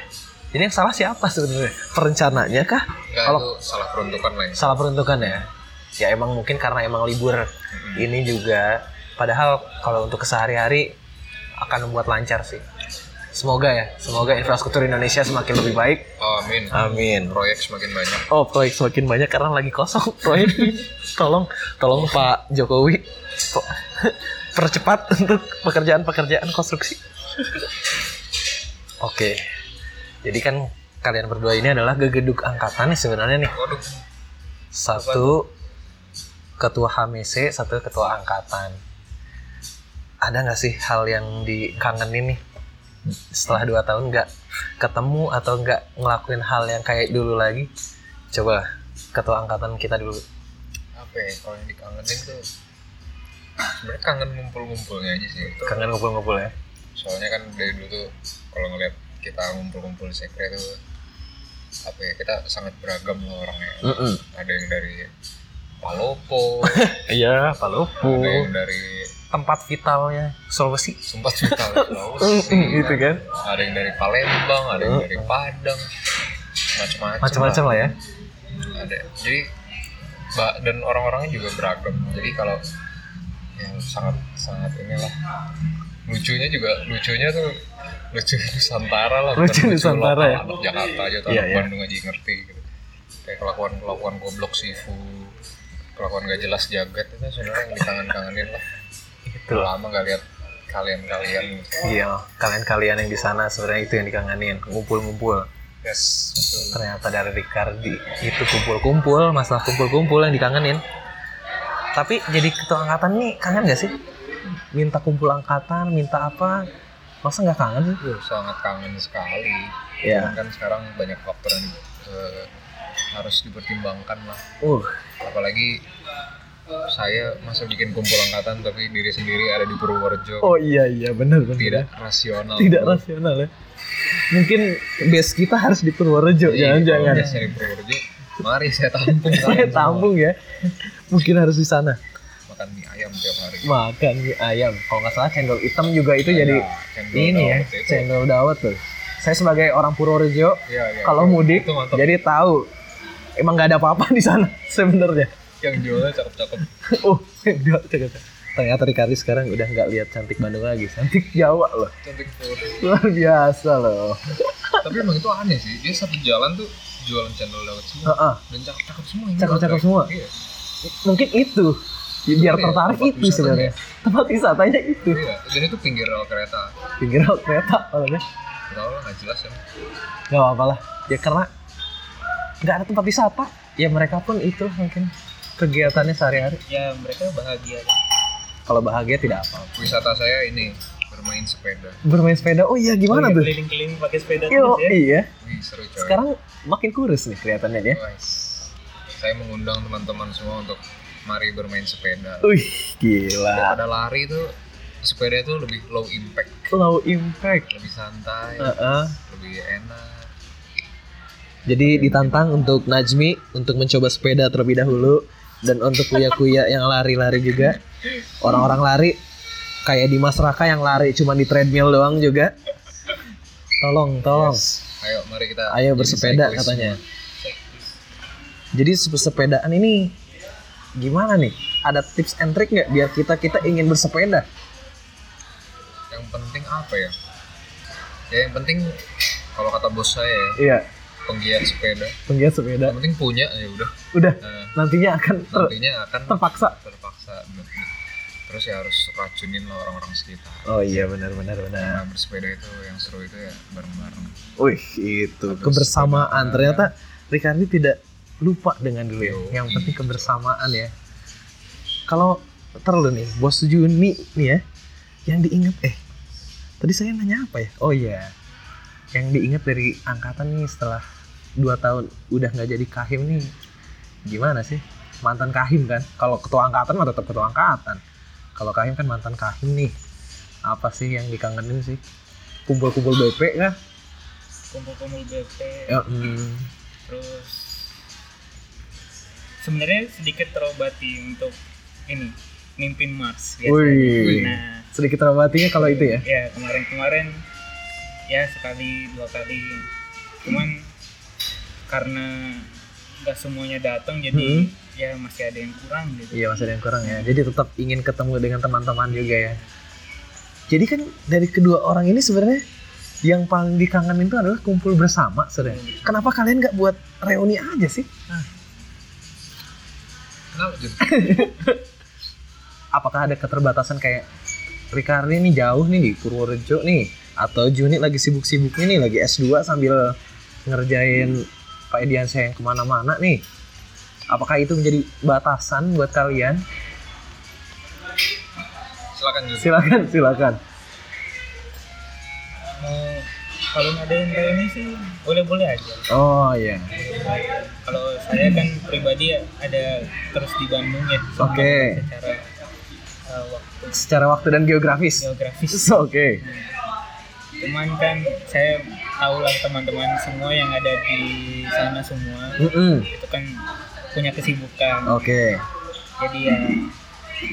Speaker 1: Jadi yang salah siapa sebenarnya? Perencananya kah?
Speaker 2: Enggak,
Speaker 1: Kalau
Speaker 2: itu salah peruntukan lah ya.
Speaker 1: salah peruntukan ya ya emang mungkin karena emang libur ini juga padahal kalau untuk kesehari-hari akan membuat lancar sih semoga ya semoga infrastruktur Indonesia semakin lebih baik
Speaker 2: Oh, amin.
Speaker 1: Ah. amin
Speaker 2: Proyek semakin banyak.
Speaker 1: oh proyek semakin banyak karena lagi kosong *laughs* proyek ini. tolong tolong Pak Jokowi po- *laughs* percepat untuk pekerjaan-pekerjaan konstruksi oke jadi kan kalian berdua ini adalah gegeduk angkatan nih sebenarnya nih
Speaker 2: Waduh,
Speaker 1: satu ketua HMC, satu ketua angkatan. Ada nggak sih hal yang dikangenin nih setelah dua tahun nggak ketemu atau nggak ngelakuin hal yang kayak dulu lagi? Coba ketua angkatan kita dulu.
Speaker 2: apa ya? Kalau yang dikangenin tuh sebenarnya kangen ngumpul-ngumpulnya aja sih. Itu
Speaker 1: Kangen ngumpul-ngumpul ya.
Speaker 2: soalnya kan dari dulu tuh kalau ngeliat kita ngumpul-ngumpul di sekre tuh apa ya kita sangat beragam loh orangnya
Speaker 1: Mm-mm.
Speaker 2: ada yang dari
Speaker 1: *laughs*
Speaker 2: Palopo
Speaker 1: Iya, Pak Lupu.
Speaker 2: ada yang dari
Speaker 1: Tempat vitalnya Sulawesi. *laughs*
Speaker 2: Sumpat Vital Sulawesi
Speaker 1: Mm-mm, gitu kan.
Speaker 2: ada yang dari Palembang ada yang dari Padang macam-macam
Speaker 1: Macam-macam lah ya.
Speaker 2: lah. ada jadi ba- dan orang-orangnya juga beragam jadi kalau yang sangat sangat inilah lucunya juga lucunya tuh lucu Nusantara lah
Speaker 1: Lucu Nusantara ya?
Speaker 2: anak Jakarta aja atau
Speaker 1: Iya,
Speaker 2: anak
Speaker 1: iya.
Speaker 2: Bandung aja ngerti gitu kayak kelakuan kelakuan goblok sifu kelakuan gak jelas jagat itu sebenarnya yang dikangen-kangenin lah
Speaker 1: Gitu lah.
Speaker 2: lama gak lihat kalian-kalian
Speaker 1: Iya, kalian-kalian yang di sana sebenarnya itu yang dikangenin, ngumpul-ngumpul.
Speaker 2: yes betul.
Speaker 1: ternyata dari Ricardi itu kumpul-kumpul masalah kumpul-kumpul yang dikangenin tapi jadi ketua angkatan nih kangen gak sih minta kumpul angkatan minta apa masa nggak kangen sih
Speaker 2: Uh, sangat kangen sekali.
Speaker 1: Iya.
Speaker 2: Cuman Kan sekarang banyak faktor yang eh, harus dipertimbangkan lah.
Speaker 1: uh
Speaker 2: Apalagi saya masa bikin kumpul angkatan tapi diri sendiri ada di Purworejo.
Speaker 1: oh iya iya benar benar
Speaker 2: Tidak rasional.
Speaker 1: tidak
Speaker 2: Bro.
Speaker 1: rasional ya mungkin base kita harus di Purworejo
Speaker 2: Jadi,
Speaker 1: jangan jangan
Speaker 2: kalau biasanya di Purworejo, mari saya
Speaker 1: *laughs*
Speaker 2: tampung.
Speaker 1: saya
Speaker 2: kalian semua.
Speaker 1: tampung ya mungkin harus di sana
Speaker 2: Makan mie ayam tiap hari.
Speaker 1: makan mie ayam kalau nggak salah cendol hitam juga itu jadi
Speaker 2: cendol
Speaker 1: ini ya
Speaker 2: dawet itu.
Speaker 1: cendol Iya, dawet tuh saya sebagai orang Purworejo
Speaker 2: Iya, iya.
Speaker 1: kalau
Speaker 2: Itu-
Speaker 1: mudik ya.
Speaker 2: itu mantap.
Speaker 1: jadi tahu emang nggak ada apa-apa di sana *laughs* sebenarnya
Speaker 2: yang jualnya cakep-cakep.
Speaker 1: uh enggak, enggak, enggak. ternyata Rikari sekarang udah nggak lihat cantik Bandung lagi cantik Jawa loh
Speaker 2: Cantik Purworejo.
Speaker 1: luar biasa loh
Speaker 2: tapi emang itu aneh sih dia satu jalan tuh jualan cendol dawet semua
Speaker 1: Heeh.
Speaker 2: dan cakep-cakep semua ini
Speaker 1: Cakep-cakep
Speaker 2: Bang.
Speaker 1: semua.
Speaker 2: iya
Speaker 1: mungkin itu ya, biar
Speaker 2: Iya,
Speaker 1: tertarik
Speaker 2: tempat
Speaker 1: itu
Speaker 2: wisatanya.
Speaker 1: sebenarnya tempat wisatanya itu
Speaker 2: iya dan itu pinggir rel kereta
Speaker 1: pinggir rel kereta orangnya
Speaker 2: Gak lah nggak jelas ya
Speaker 1: nggak apa-apa lah ya karena nggak ada tempat wisata ya mereka pun itu mungkin kegiatannya sehari-hari
Speaker 3: ya mereka bahagia
Speaker 1: kalau bahagia tidak apa
Speaker 2: wisata saya ini bermain sepeda
Speaker 1: bermain sepeda oh iya gimana tuh
Speaker 3: keliling-keliling pakai sepeda
Speaker 1: Yo,
Speaker 3: terus ya
Speaker 1: iya
Speaker 2: wih seru coy
Speaker 1: sekarang makin kurus nih kelihatannya ya
Speaker 2: Guys, saya mengundang teman-teman semua untuk mari bermain sepeda
Speaker 1: Wih, gila.
Speaker 2: pada lari tuh sepeda itu lebih low impact
Speaker 1: Low impact.
Speaker 2: lebih santai
Speaker 1: Heeh.
Speaker 2: lebih enak
Speaker 1: Jadi ditantang untuk Najmi untuk mencoba sepeda terlebih dahulu dan untuk kuya-kuya yang lari-lari juga. Orang-orang lari kayak Dimas Raka yang lari cuma di treadmill doang juga. Tolong, tolong.
Speaker 2: ayo mari kita
Speaker 1: Ayo
Speaker 2: jadi
Speaker 1: bersepeda
Speaker 2: cyclist
Speaker 1: katanya.
Speaker 2: semua.
Speaker 1: Jadi se- sepedaan ini gimana nih? Ada tips and trick nggak biar kita kita ingin bersepeda?
Speaker 2: yang penting apa ya ya yang penting kalau kata bos saya ya,
Speaker 1: Iya,
Speaker 2: penggiat sepeda
Speaker 1: penggiat
Speaker 2: yang
Speaker 1: sepeda.
Speaker 2: penting punya ya udah
Speaker 1: Udah,
Speaker 2: Nah,
Speaker 1: nantinya akan ter-
Speaker 2: nantinya akan
Speaker 1: terpaksa.
Speaker 2: terpaksa terus ya harus racunin lah orang-orang sekitar
Speaker 1: Oh iya benar benar benar.
Speaker 2: nah, bersepeda itu yang seru itu ya bareng-bareng
Speaker 1: Wih itu Nah. kebersamaan ternyata Ricardi tidak lupa dengan dulu ya. Yang penting kebersamaan ya. Kalau terlalu nih bos Juni nih ya, yang diingat eh tadi saya nanya apa ya? Oh iya, yang diingat dari angkatan nih setelah dua tahun udah nggak jadi kahim nih gimana sih mantan kahim kan? Kalau ketua angkatan mah tetap ketua angkatan. Kalau kahim kan mantan kahim nih. Apa sih yang dikangenin sih? Kumpul-kumpul BP kah?
Speaker 3: kumpul-kumpul BP
Speaker 1: Ya, mm,
Speaker 3: terus sebenarnya sedikit terobati untuk ini mimpin Mars biasanya.
Speaker 1: Wih.
Speaker 3: nah
Speaker 1: sedikit terobatinya kalau itu ya.
Speaker 3: ya kemarin-kemarin ya sekali dua kali cuman karena nggak semuanya datang jadi
Speaker 1: Hmm.
Speaker 3: ya masih ada yang kurang gitu
Speaker 1: Iya masih ada yang kurang ya. Jadi tetap ingin ketemu dengan teman-teman juga ya. Jadi kan dari kedua orang ini sebenarnya yang paling dikangenin itu adalah kumpul bersama sebenarnya. Kenapa kalian nggak buat reuni aja sih?
Speaker 2: kenapa Jun?
Speaker 1: Apakah ada keterbatasan kayak Ricardi ini jauh nih di Purworejo nih atau Juni lagi sibuk-sibuknya nih lagi S2 sambil ngerjain Pak Edian saya yang kemana-mana nih. Apakah itu menjadi batasan buat kalian?
Speaker 2: silakan Jun
Speaker 1: Silakan, silakan.
Speaker 3: mau kalau ada yang ini sih boleh-boleh aja
Speaker 1: Oh iya.
Speaker 3: kalau saya kan pribadi ya ada terus di Bandung ya cuma
Speaker 1: Oke.
Speaker 3: secara uh, waktu
Speaker 1: Secara waktu dan geografis.
Speaker 3: geografis
Speaker 1: So, Oke.
Speaker 3: cuman kan saya tahu lah teman-teman semua yang ada di sana semua
Speaker 1: Mm-mm.
Speaker 3: itu kan punya kesibukan
Speaker 1: Oke.
Speaker 3: jadi ya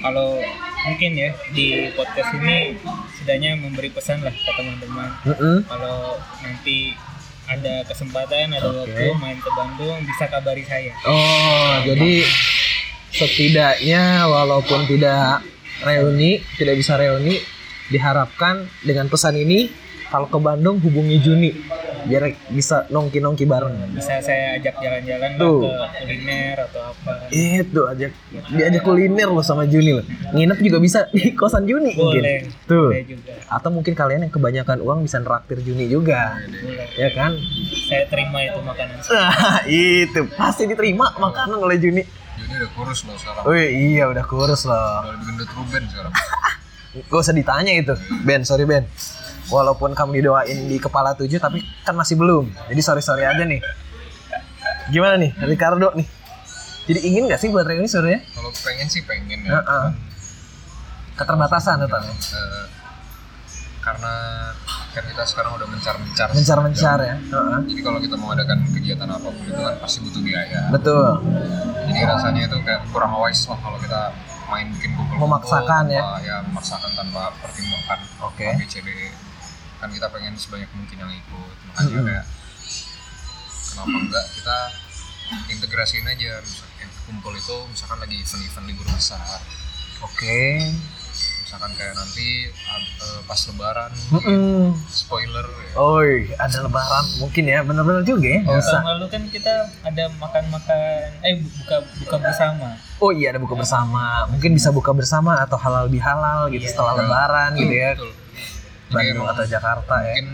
Speaker 3: kalau mungkin ya di podcast ini setidaknya memberi pesan lah ke teman-teman
Speaker 1: Mm-mm.
Speaker 3: kalau nanti ada kesempatan ada
Speaker 1: Oke.
Speaker 3: waktu main ke Bandung bisa kabari saya
Speaker 1: Oh, jadi setidaknya walaupun tidak reuni, tidak bisa reuni, diharapkan dengan pesan ini kalau ke Bandung hubungi Juni biar bisa nongki-nongki bareng.
Speaker 3: bisa saya ajak jalan-jalan lah
Speaker 1: Tuh.
Speaker 3: ke kuliner atau apa
Speaker 1: Itu ajak diajak kuliner loh sama Juni loh. Nginep juga bisa di kosan Juni
Speaker 3: boleh
Speaker 1: mungkin. Tuh.
Speaker 3: boleh juga
Speaker 1: Atau mungkin kalian yang kebanyakan uang bisa neraktir Juni juga.
Speaker 3: boleh
Speaker 1: Ya kan? *laughs*
Speaker 3: saya terima itu makanan
Speaker 1: Ah, itu pasti diterima makanan oleh Juni.
Speaker 2: Jun udah kurus loh sekarang
Speaker 1: Wih, iya udah kurus loh.
Speaker 2: udah lebih gendut Ruben sekarang
Speaker 1: Gak usah ditanya itu. Ben, sorry Ben. walaupun kamu didoain di kepala tujuh tapi kan masih belum jadi sorry sorry aja nih gimana nih Ricardo nih jadi ingin nggak sih buat reuni sebenarnya
Speaker 2: kalau pengen sih pengen ya
Speaker 1: Heeh. keterbatasan tetap ya?
Speaker 2: Eh, karena kan kita sekarang udah mencar mencar
Speaker 1: mencar mencar ya Heeh.
Speaker 2: jadi kalau kita mau adakan kegiatan apapun itu kan pasti butuh biaya
Speaker 1: betul
Speaker 2: jadi rasanya itu kayak kurang wise lah kalau kita main bikin kumpul
Speaker 1: Memaksakan ya.
Speaker 2: ya memaksakan tanpa pertimbangan
Speaker 1: oke
Speaker 2: BCBE kan kita pengen sebanyak mungkin yang ikut makanya
Speaker 1: Mm-mm.
Speaker 2: kayak kenapa enggak kita integrasiin aja misalkan kumpul itu misalkan lagi event-event libur besar
Speaker 1: oke
Speaker 2: misalkan kayak nanti ab- eh, pas lebaran
Speaker 1: Mm-mm.
Speaker 2: spoiler ya.
Speaker 1: Oi, ada lebaran mungkin ya, bener-bener juga ya, nggak usah.
Speaker 3: Tahun lalu kan kita ada makan-makan, eh buka buka bersama.
Speaker 1: Oh iya, ada buka bersama. Mungkin bisa buka bersama atau halal bihalal gitu setelah lebaran gitu ya,
Speaker 2: Iya. betul jadi
Speaker 1: Bandung
Speaker 2: emang
Speaker 1: atau Jakarta ya.
Speaker 2: mungkin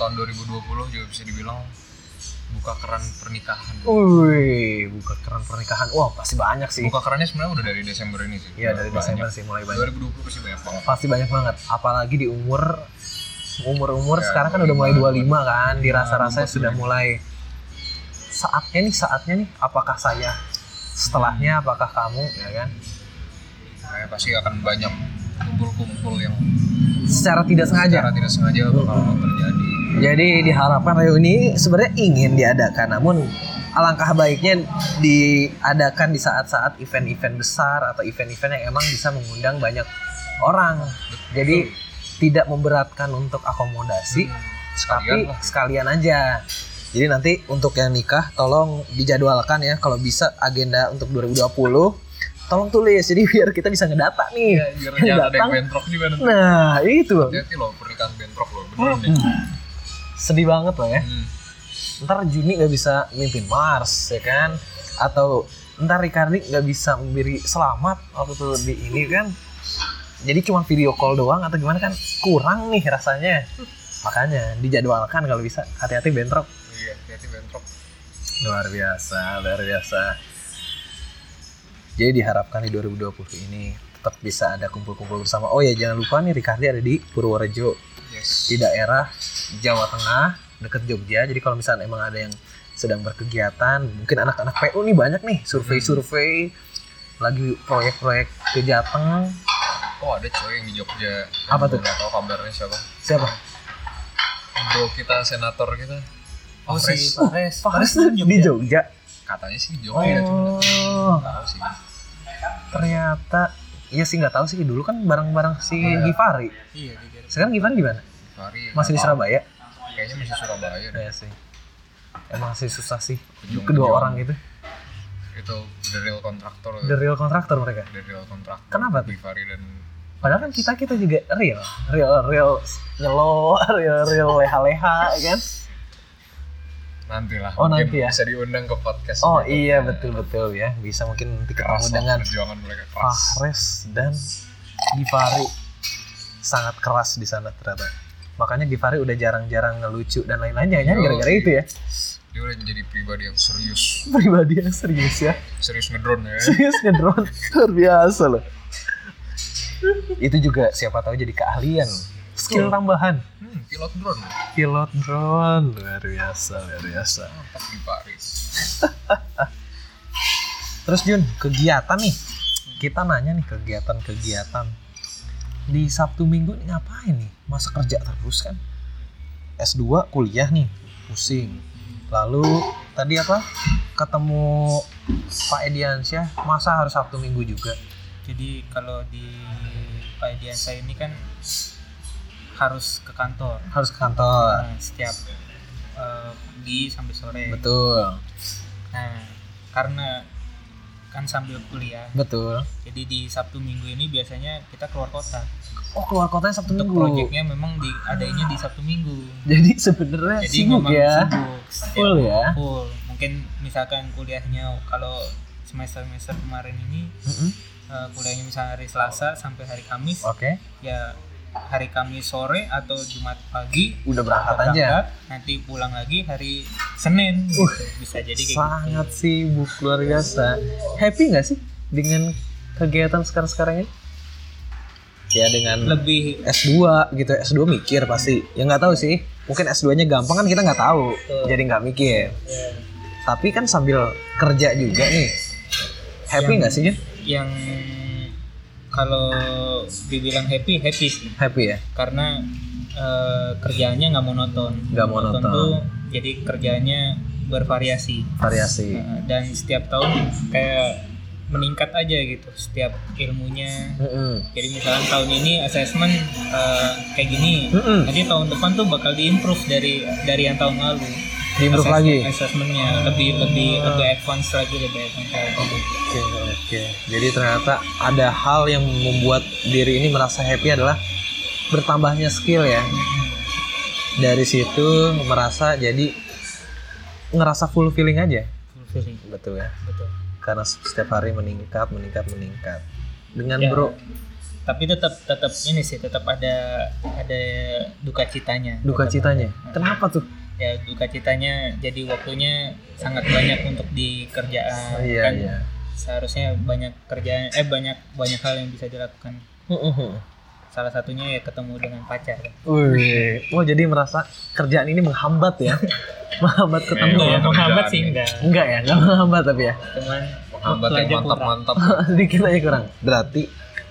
Speaker 2: tahun 2020 juga bisa dibilang buka keran pernikahan
Speaker 1: Wih, buka keran pernikahan. Wah, pasti banyak sih.
Speaker 2: buka kerannya sebenarnya udah dari Desember ini sih
Speaker 1: Iya, dari
Speaker 2: Banyak.
Speaker 1: Desember sih mulai banyak.
Speaker 2: 2020 pasti banyak banget
Speaker 1: Pasti banyak banget. Apalagi di umur umur-umur
Speaker 2: Ya, Nah,
Speaker 1: sekarang kan udah mulai 25 kan, dirasa-rasanya
Speaker 2: 25.
Speaker 1: sudah mulai saatnya nih, saatnya nih apakah saya
Speaker 2: Hmm.
Speaker 1: setelahnya apakah kamu ya kan?
Speaker 2: Saya pasti akan banyak kumpul-kumpul yang
Speaker 1: Iya. Secara tidak sengaja.
Speaker 2: secara tidak sengaja bakal terjadi.
Speaker 1: Jadi diharapkan reuni sebenarnya ingin diadakan, namun alangkah baiknya diadakan di saat-saat event-event besar atau event-event yang emang bisa mengundang banyak orang. Jadi tidak memberatkan untuk akomodasi, tapi
Speaker 2: Hmm. Sekalian lah.
Speaker 1: sekalian aja. Jadi nanti untuk yang nikah tolong dijadwalkan ya kalau bisa agenda untuk 2020 tolong tulis jadi biar kita bisa ngedata nih.
Speaker 2: Biar jangan ada yang
Speaker 1: Datang.
Speaker 2: bentrok juga nanti.
Speaker 1: Nah, itu
Speaker 2: Hati-hati loh pernikahan bentrok loh,
Speaker 1: Hmm.
Speaker 2: beneran deh.
Speaker 1: sedih banget lah ya.
Speaker 2: Hmm.
Speaker 1: ntar Juni nggak bisa mimpin Mars ya kan atau ntar Ricardi nggak bisa memberi selamat waktu itu di ini kan jadi cuma video call doang atau gimana kan kurang nih rasanya makanya dijadwalkan kalau bisa hati-hati bentrok
Speaker 2: Iya, hati-hati bentrok.
Speaker 1: luar biasa luar biasa jadi diharapkan di 2020 ini tetap bisa ada kumpul-kumpul bersama oh ya jangan lupa nih Ricardi ada di Purworejo
Speaker 2: Yes.
Speaker 1: di daerah Jawa Tengah deket Jogja jadi kalau misalnya emang ada yang sedang berkegiatan mungkin anak-anak PU nih banyak nih survei-survei lagi proyek-proyek ke Jateng
Speaker 2: Oh ada cowok yang di Jogja.
Speaker 1: Apa tuh?
Speaker 2: Gak tahu kabarnya siapa.
Speaker 1: siapa
Speaker 2: Bro kita senator kita.
Speaker 3: Oh si
Speaker 2: Fares.
Speaker 3: Fares.
Speaker 1: Faris tuh di Jogja
Speaker 2: Katanya sih di Jogja. ya, cuma
Speaker 1: oh
Speaker 2: nggak tahu sih.
Speaker 1: ternyata Iya sih nggak tahu sih dulu kan bareng-bareng si
Speaker 2: Iya.
Speaker 1: Givari
Speaker 3: Iya, tiga ratus.
Speaker 1: sekarang Givari di mana
Speaker 2: Fahri,
Speaker 1: masih di
Speaker 2: nggak tahu.
Speaker 1: Surabaya
Speaker 2: Kayaknya masih Surabaya. deh.
Speaker 1: Iya sih Iya, emang sih susah sih
Speaker 2: Kunjung-
Speaker 1: kedua
Speaker 2: kunjung.
Speaker 1: orang itu
Speaker 2: Itu the real kontraktor.
Speaker 1: the real kontraktor mereka
Speaker 2: The real kontraktor.
Speaker 1: Kenapa tuh?
Speaker 2: Bifari dan
Speaker 1: Padahal kan kita kita juga real, real, real nyelo, *laughs* real, real leha-leha, ya kan?
Speaker 2: nanti lah.
Speaker 1: Oh,
Speaker 2: mungkin
Speaker 1: nanti ya?
Speaker 2: Bisa diundang ke podcast.
Speaker 1: Oh
Speaker 2: mereka.
Speaker 1: iya betul betul ya, bisa mungkin nanti ketemu
Speaker 2: keras lah
Speaker 1: dengan
Speaker 2: perjuangan mereka keras.
Speaker 1: Fahres dan Givari sangat keras di sana ternyata. Makanya Givari udah jarang-jarang ngelucu dan lain-lainnya, kan?
Speaker 2: Yo,
Speaker 1: Gara-gara
Speaker 2: iya.
Speaker 1: itu ya, *laughs*
Speaker 2: Dia udah jadi pribadi yang serius,
Speaker 1: pribadi yang serius ya,
Speaker 2: serius ngedrone ya.
Speaker 1: serius ngedron, luar biasa loh. itu juga siapa tahu jadi keahlian, skill tambahan.
Speaker 2: Hmm, pilot drone.
Speaker 1: pilot drone luar biasa luar biasa
Speaker 2: Mantap di Paris.
Speaker 1: terus Jun kegiatan nih kita nanya nih kegiatan-kegiatan di Sabtu Minggu nih ngapain nih masa kerja terus kan S2 kuliah nih pusing lalu tadi apa ketemu Pak Ediansyah masa harus Sabtu Minggu juga
Speaker 3: Jadi kalau di Pak Diansa ini kan harus ke kantor.
Speaker 1: harus ke kantor
Speaker 3: Nah, setiap eh, pagi sampai sore.
Speaker 1: betul
Speaker 3: Nah, karena kan sambil kuliah,
Speaker 1: betul
Speaker 3: jadi di Sabtu Minggu ini biasanya kita keluar kota.
Speaker 1: oh keluar kotanya Sabtu
Speaker 3: Untuk
Speaker 1: Minggu
Speaker 3: proyeknya memang diadainnya di Sabtu Minggu.
Speaker 1: jadi sebenarnya
Speaker 3: Jadi
Speaker 1: sibuk
Speaker 3: memang
Speaker 1: ya
Speaker 3: sibuk. Setiap
Speaker 1: full ya
Speaker 3: full. Mungkin misalkan kuliahnya kalau semester-semester kemarin ini
Speaker 1: Mm-mm.
Speaker 3: eh, kuliahnya misalnya hari Selasa sampai hari Kamis
Speaker 1: oke
Speaker 3: ya hari Kamis sore atau Jumat pagi
Speaker 1: udah berangkat aja Uh,
Speaker 3: berangkat, nanti pulang lagi hari Senin gitu. bisa jadi kayak
Speaker 1: sangat
Speaker 3: gitu.
Speaker 1: sibuk luar biasa happy nggak sih dengan kegiatan sekarang sekarang ini ya dengan
Speaker 3: lebih
Speaker 1: S2 gitu S2 mikir pasti ya nggak tahu sih mungkin S2 nya gampang kan kita nggak tahu
Speaker 3: Betul.
Speaker 1: jadi nggak mikir tapi kan sambil kerja juga nih happy
Speaker 3: Yang-
Speaker 1: nggak sih Jun?
Speaker 3: yang kalau dibilang happy happy sih
Speaker 1: happy ya
Speaker 3: karena eh, kerjaannya nggak monoton
Speaker 1: Nggak monoton.
Speaker 3: tuh jadi kerjaannya bervariasi
Speaker 1: variasi
Speaker 3: Nah, dan setiap tahun kayak meningkat aja gitu setiap ilmunya
Speaker 1: Mm-mm.
Speaker 3: jadi misalnya tahun ini asesmen eh, kayak gini
Speaker 1: Mm-mm.
Speaker 3: nanti tahun depan tuh bakal diimprove dari dari yang tahun lalu
Speaker 1: Diimprove lagi?
Speaker 3: assessmentnya lebih lebih lebih advance lagi lebih advance lagi
Speaker 1: Oh. Oke, oke. Jadi ternyata ada hal yang membuat diri ini merasa happy adalah bertambahnya skill ya. Dari situ merasa jadi ngerasa fulfilling aja.
Speaker 3: Fulfilling,
Speaker 1: Betul ya.
Speaker 3: betul
Speaker 1: Karena setiap hari meningkat, meningkat, meningkat. Dengan
Speaker 3: Ya.
Speaker 1: bro
Speaker 3: tapi tetap tetap ini sih tetap ada ada duka citanya
Speaker 1: duka
Speaker 3: Tetap-
Speaker 1: citanya. Kenapa tuh?
Speaker 3: ya duka citanya jadi waktunya sangat banyak untuk di kerjaan
Speaker 1: Iya,
Speaker 3: kan
Speaker 1: *laughs* iya.
Speaker 3: seharusnya banyak kerjaan eh banyak banyak hal yang bisa dilakukan salah satunya ya ketemu dengan pacar
Speaker 1: Iya,
Speaker 3: kan.
Speaker 1: Wih. Oh, jadi merasa kerjaan ini menghambat *laughs* ya. menghambat ketemu
Speaker 2: Iya.
Speaker 1: ya.
Speaker 3: menghambat
Speaker 2: kerjaan
Speaker 3: sih
Speaker 2: nih.
Speaker 3: enggak
Speaker 1: Enggak ya, enggak menghambat tapi ya.
Speaker 3: cuman
Speaker 2: Menghambat
Speaker 3: waktu
Speaker 2: yang
Speaker 3: aja kurang.
Speaker 2: mantap-mantap.
Speaker 1: *laughs* sedikit aja kurang berarti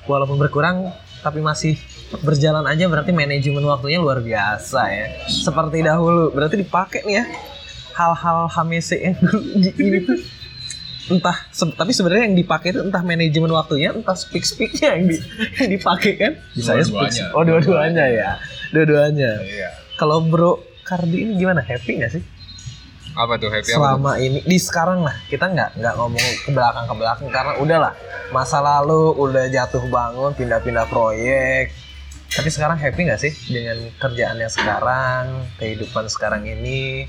Speaker 1: walaupun berkurang tapi masih berjalan aja berarti manajemen waktunya luar biasa ya seperti dahulu berarti dipakai nih ya hal-hal HMC yang *laughs* dulu di- ini tuh entah se- tapi sebenarnya yang dipakai itu entah manajemen waktunya entah speak speaknya yang, di- *laughs* yang dipakai kan Bisanya
Speaker 2: Dua-duanya.
Speaker 1: oh dua-duanya ya dua-duanya
Speaker 2: Iya.
Speaker 1: kalau bro Kardi ini gimana happy nggak sih
Speaker 2: Apa tuh happy apa tuh?
Speaker 1: selama ini di sekarang lah kita nggak nggak ngomong ke belakang ke belakang karena udahlah masa lalu udah jatuh bangun pindah-pindah proyek tapi sekarang happy nggak sih dengan kerjaan yang sekarang kehidupan sekarang ini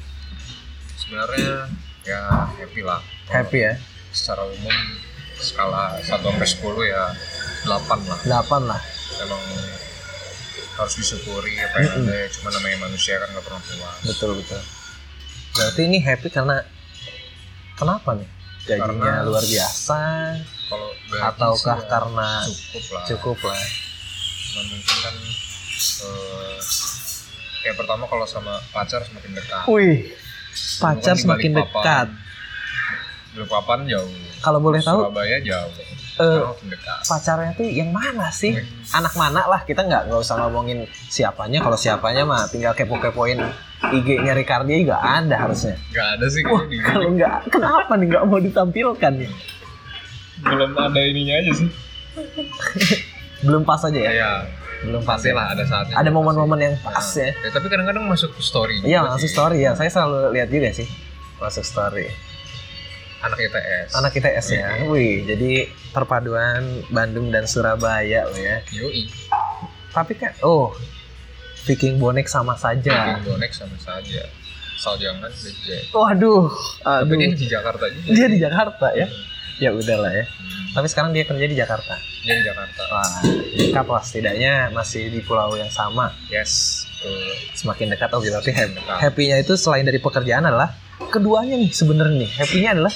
Speaker 2: Sebenarnya ya happy lah.
Speaker 1: happy ya
Speaker 2: Secara umum skala 1 sampai 10 ya 8 lah.
Speaker 1: 8 lah
Speaker 2: Emang harus disyukuri apa yang ada. Cuma namanya manusia kan nggak pernah puas.
Speaker 1: betul betul berarti ini happy karena kenapa nih gajinya
Speaker 2: Karena-
Speaker 1: luar biasa
Speaker 2: Kalau gaji
Speaker 1: ataukah
Speaker 2: sih ya
Speaker 1: karena
Speaker 2: cukup lah.
Speaker 1: cukup lah
Speaker 2: Cuman mungkin kan eh, ya pertama kalau sama pacar semakin dekat.
Speaker 1: wih pacar
Speaker 2: Bukan di
Speaker 1: semakin
Speaker 2: Balikpapan.
Speaker 1: dekat
Speaker 2: Balikpapan jauh.
Speaker 1: kalau boleh tahu
Speaker 2: Surabaya jauh.
Speaker 1: eh,
Speaker 2: Sekarang makin dekat.
Speaker 1: pacarnya tuh yang mana sih?
Speaker 2: Iya.
Speaker 1: Anak mana lah kita nggak nggak usah ngomongin siapanya. Kalau siapanya mah tinggal kepo-kepoin IG-nya Ricardia juga ada harusnya.
Speaker 2: Gak ada sih kayaknya di
Speaker 1: Kalau nggak, kenapa nih nggak mau ditampilkan ya?
Speaker 2: belum ada ininya aja sih.
Speaker 1: Belum pas aja ya?
Speaker 2: Iya,
Speaker 1: Belum pas
Speaker 2: pasti
Speaker 1: ya?
Speaker 2: lah ada saatnya.
Speaker 1: Ada
Speaker 2: Pasti.
Speaker 1: momen-momen yang pas ya?
Speaker 2: Ya, tapi kadang-kadang masuk ke story.
Speaker 1: Iya
Speaker 2: juga
Speaker 1: masuk
Speaker 2: sih.
Speaker 1: story ya. Saya selalu lihat juga sih masuk story.
Speaker 2: Anak ITS.
Speaker 1: Anak kita S ya.
Speaker 2: Iya.
Speaker 1: Wih, jadi perpaduan Bandung dan Surabaya loh ya.
Speaker 2: Yoi.
Speaker 1: Tapi kan, oh, Viking bonek sama saja.
Speaker 2: Bikin bonek sama saja. Asal jangan reject.
Speaker 1: Waduh,
Speaker 2: Tapi
Speaker 1: aduh.
Speaker 2: dia di Jakarta juga. Hmm,
Speaker 1: dia di Jakarta ya ya udahlah ya tapi sekarang dia kerja di Jakarta
Speaker 2: Dia di Jakarta.
Speaker 1: wah dekat lah setidaknya masih di pulau yang sama
Speaker 2: Yes. Tuh.
Speaker 1: semakin dekat oh berarti happy
Speaker 2: Dekat.
Speaker 1: happynya itu selain dari pekerjaan adalah keduanya nih sebenarnya nih happynya adalah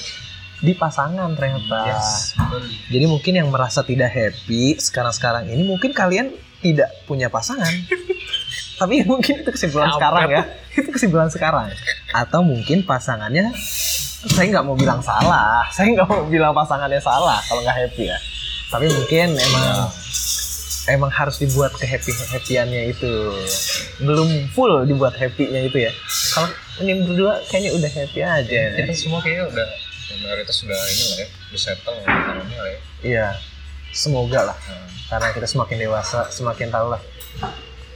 Speaker 1: di pasangan ternyata
Speaker 2: Yes. betul.
Speaker 1: jadi mungkin yang merasa tidak happy sekarang-sekarang ini mungkin kalian tidak punya pasangan. Tapi ya mungkin itu kesimpulan
Speaker 2: Capek.
Speaker 1: sekarang ya. Itu kesimpulan sekarang. Atau mungkin pasangannya saya nggak mau bilang salah. Saya nggak mau bilang pasangannya salah kalau nggak happy ya. Tapi mungkin emang emang harus dibuat ke happy happyannya itu belum full dibuat happy-nya itu ya. Kalau ini berdua kayaknya udah happy aja. ya.
Speaker 2: Kita semua kayaknya udah ya, mayoritas sudah ini lah ya, udah settle lah pasangannya lah ya.
Speaker 1: Iya. Semoga lah.
Speaker 2: Nah,
Speaker 1: karena kita semakin dewasa semakin tahu lah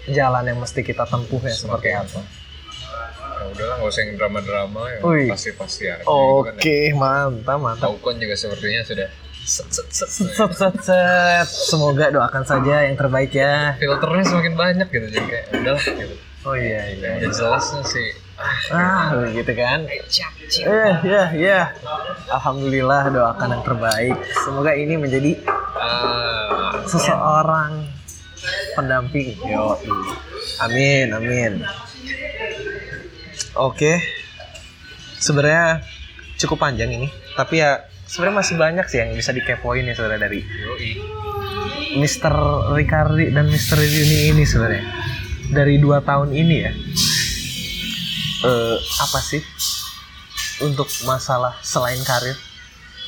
Speaker 1: jalan yang mesti kita tempuh ya seperti apa.
Speaker 2: ya udahlah nggak usah yang drama-drama ya.
Speaker 1: Wih.
Speaker 2: Pasti-pasti ada.
Speaker 1: Oke,
Speaker 2: Gitu kan ya.
Speaker 1: mantap, mantap.
Speaker 2: Tahu kan juga sepertinya sudah set, set, set,
Speaker 1: Set, set, set, set. Semoga doakan saja yang terbaik ya.
Speaker 2: filternya semakin banyak gitu jadi kayak udahlah gitu
Speaker 1: Oh iya iya.
Speaker 2: ya, udah jelasnya sih ah,
Speaker 1: Ah, gitu kan. Eh, ya, ya. Alhamdulillah doakan yang terbaik. Semoga ini menjadi
Speaker 2: ah,
Speaker 1: seseorang pendamping. Yo. Amin, amin. Oke. Sebenarnya cukup panjang ini, tapi ya sebenarnya masih banyak sih yang bisa dikepoin ya saudara dari
Speaker 2: yoi
Speaker 1: Mr. Ricardi dan Mr. Yuni ini sebenarnya dari dua tahun ini ya eh, apa sih untuk masalah selain karir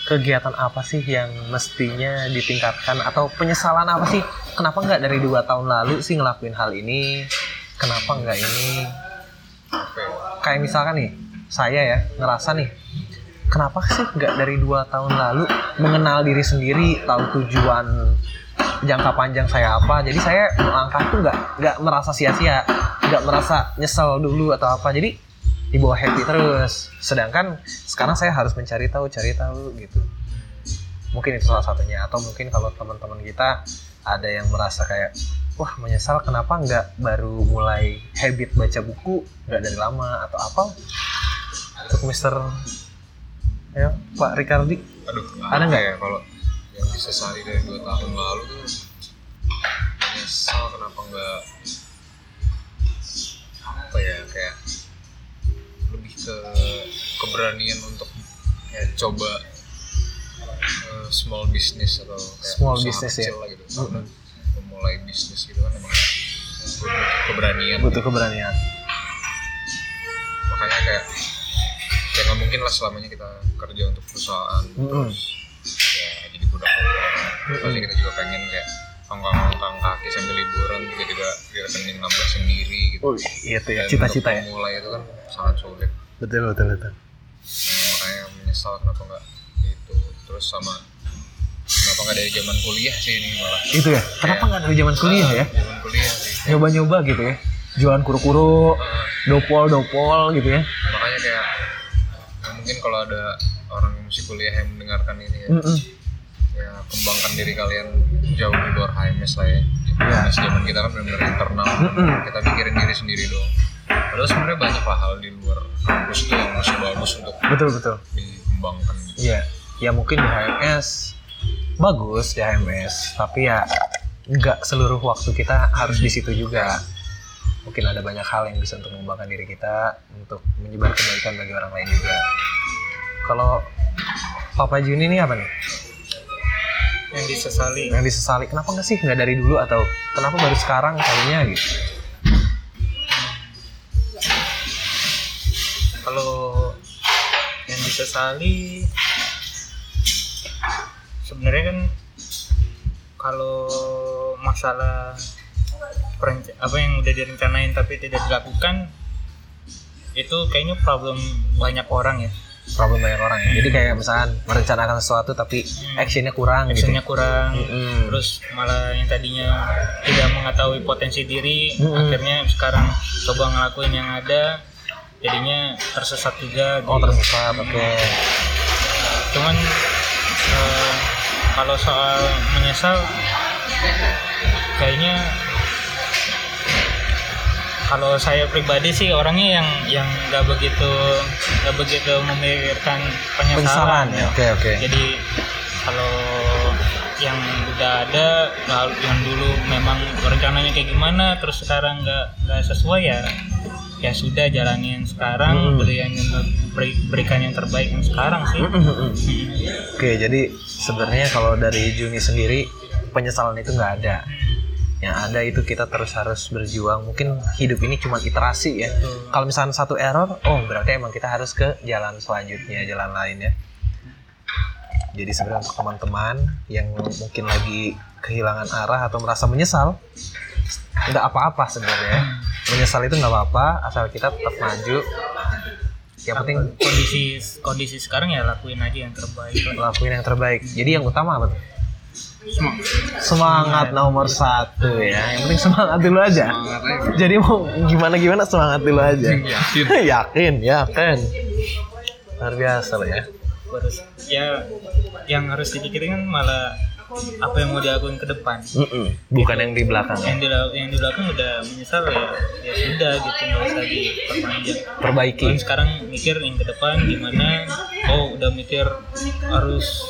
Speaker 1: kegiatan apa sih yang mestinya ditingkatkan atau penyesalan apa sih kenapa nggak dari dua tahun lalu sih ngelakuin hal ini kenapa nggak ini
Speaker 2: Oke.
Speaker 1: kayak misalkan nih saya ya ngerasa nih kenapa sih nggak dari dua tahun lalu mengenal diri sendiri tahu tujuan jangka panjang saya apa jadi saya melangkah tuh nggak nggak merasa sia-sia nggak merasa nyesel dulu atau apa jadi dibawa happy terus sedangkan sekarang saya harus mencari tahu cari tahu gitu mungkin itu salah satunya atau mungkin kalau teman-teman kita ada yang merasa kayak wah menyesal kenapa nggak baru mulai habit baca buku nggak dari lama atau apa untuk Mister ya Pak Ricardi
Speaker 2: Aduh,
Speaker 1: Ada nggak?
Speaker 2: ya kalau yang disesali dari dua tahun lalu tuh menyesal kenapa nggak apa ya kayak lebih ke keberanian untuk ya, coba eh, small business atau kayak
Speaker 1: Small
Speaker 2: usaha
Speaker 1: business ya?
Speaker 2: kecil lah gitu.
Speaker 1: Mm-mm.
Speaker 2: Memulai bisnis gitu kan emang butuh keberanian
Speaker 1: butuh keberanian
Speaker 2: makanya kayak ya nggak mungkin lah selamanya kita kerja untuk perusahaan
Speaker 1: Mm-mm.
Speaker 2: terus ya jadi budak orang. pasti kita juga pengen kayak ngongkang-ngongkang kaki sambil liburan tiba-tiba di rekening nambah sendiri gitu
Speaker 1: oh itu ya
Speaker 2: Dan
Speaker 1: cita-cita
Speaker 2: untuk
Speaker 1: ya
Speaker 2: memulai itu kan sangat sulit
Speaker 1: betul betul betul
Speaker 2: Nah, makanya menyesal kenapa nggak itu terus sama kenapa nggak dari zaman kuliah sih ini malah
Speaker 1: itu ya kenapa nggak dari zaman kuliah ya
Speaker 2: zaman kuliah sih
Speaker 1: nyoba-nyoba gitu ya jualan kuru-kuru dopol dopol gitu ya
Speaker 2: makanya kayak ya mungkin kalau ada orang yang masih kuliah yang mendengarkan ini ya,
Speaker 1: Mm-mm.
Speaker 2: ya kembangkan diri kalian jauh di luar HMS lah ya HMS zaman kita kan benar-benar internal
Speaker 1: Mm-mm.
Speaker 2: kita pikirin diri sendiri doang padahal sebenarnya banyak lah hal di luar kampus itu yang masih bagus untuk
Speaker 1: betul betul
Speaker 2: dikembangkan gitu.
Speaker 1: Iya, ya mungkin di HMS bagus di HMS, tapi ya nggak seluruh waktu kita harus di situ juga. Mungkin ada banyak hal yang bisa untuk mengembangkan diri kita, untuk menyebar kebaikan bagi orang lain juga. Kalau Papa Juni ini apa nih?
Speaker 3: yang disesali
Speaker 1: Yang disesali, kenapa nggak sih nggak dari dulu atau kenapa baru sekarang kayaknya gitu?
Speaker 3: kalau yang disesali sebenarnya kan kalau masalah perenca- apa yang udah direncanain tapi tidak dilakukan itu kayaknya problem banyak orang ya
Speaker 1: Problem banyak orang ya. Jadi kayak misalkan merencanakan sesuatu tapi actionnya kurang
Speaker 3: actionnya kurang
Speaker 1: gitu. Mm-mm.
Speaker 3: terus malah yang tadinya tidak mengetahui potensi diri
Speaker 1: Mm-mm.
Speaker 3: akhirnya sekarang coba ngelakuin yang ada jadinya tersesat juga
Speaker 1: Oh
Speaker 3: gitu.
Speaker 1: tersesat, oke.
Speaker 3: cuman eh, kalau soal menyesal kayaknya kalau saya pribadi sih orangnya yang yang nggak begitu nggak begitu memikirkan penyesalan,
Speaker 1: Penyesalan ya, oke oke.
Speaker 3: jadi kalau yang udah ada lalu yang dulu memang rencananya kayak gimana terus sekarang nggak nggak sesuai ya ya sudah jalanin sekarang
Speaker 1: Hmm.
Speaker 3: beri yang beri- berikan yang terbaik yang sekarang sih
Speaker 1: Mm-mm.
Speaker 3: Hmm.
Speaker 1: Oke, jadi sebenarnya kalau dari Juni sendiri penyesalan itu nggak ada. Yang ada itu kita terus harus berjuang. Mungkin hidup ini cuma iterasi ya. Kalau misalnya satu error, oh berarti emang kita harus ke jalan selanjutnya, jalan lain ya. Jadi sebenarnya untuk teman-teman yang mungkin lagi kehilangan arah atau merasa menyesal, nggak apa-apa sebenarnya. Menyesal itu nggak apa-apa, asal kita tetap maju. Yang penting
Speaker 3: kondisi kondisi sekarang ya lakuin aja yang terbaik lah.
Speaker 1: lakuin yang terbaik. Jadi yang utama apa? tuh?
Speaker 3: Semua.
Speaker 1: semangat nomor satu ya yang penting semangat dulu aja jadi mau gimana gimana semangat dulu aja
Speaker 2: yakin
Speaker 1: *laughs* yakin yakin luar biasa loh ya
Speaker 3: harus ya yang harus dipikirin kan malah apa yang mau dilakuin ke depan
Speaker 1: Mm-mm. bukan yang di belakang ya.
Speaker 3: yang dilakukan yang dilakukan udah menyesal ya ya sudah gitu nggak usah diperpanjang Kalau
Speaker 1: perbaiki
Speaker 3: sekarang mikir yang ke depan gimana oh udah mikir harus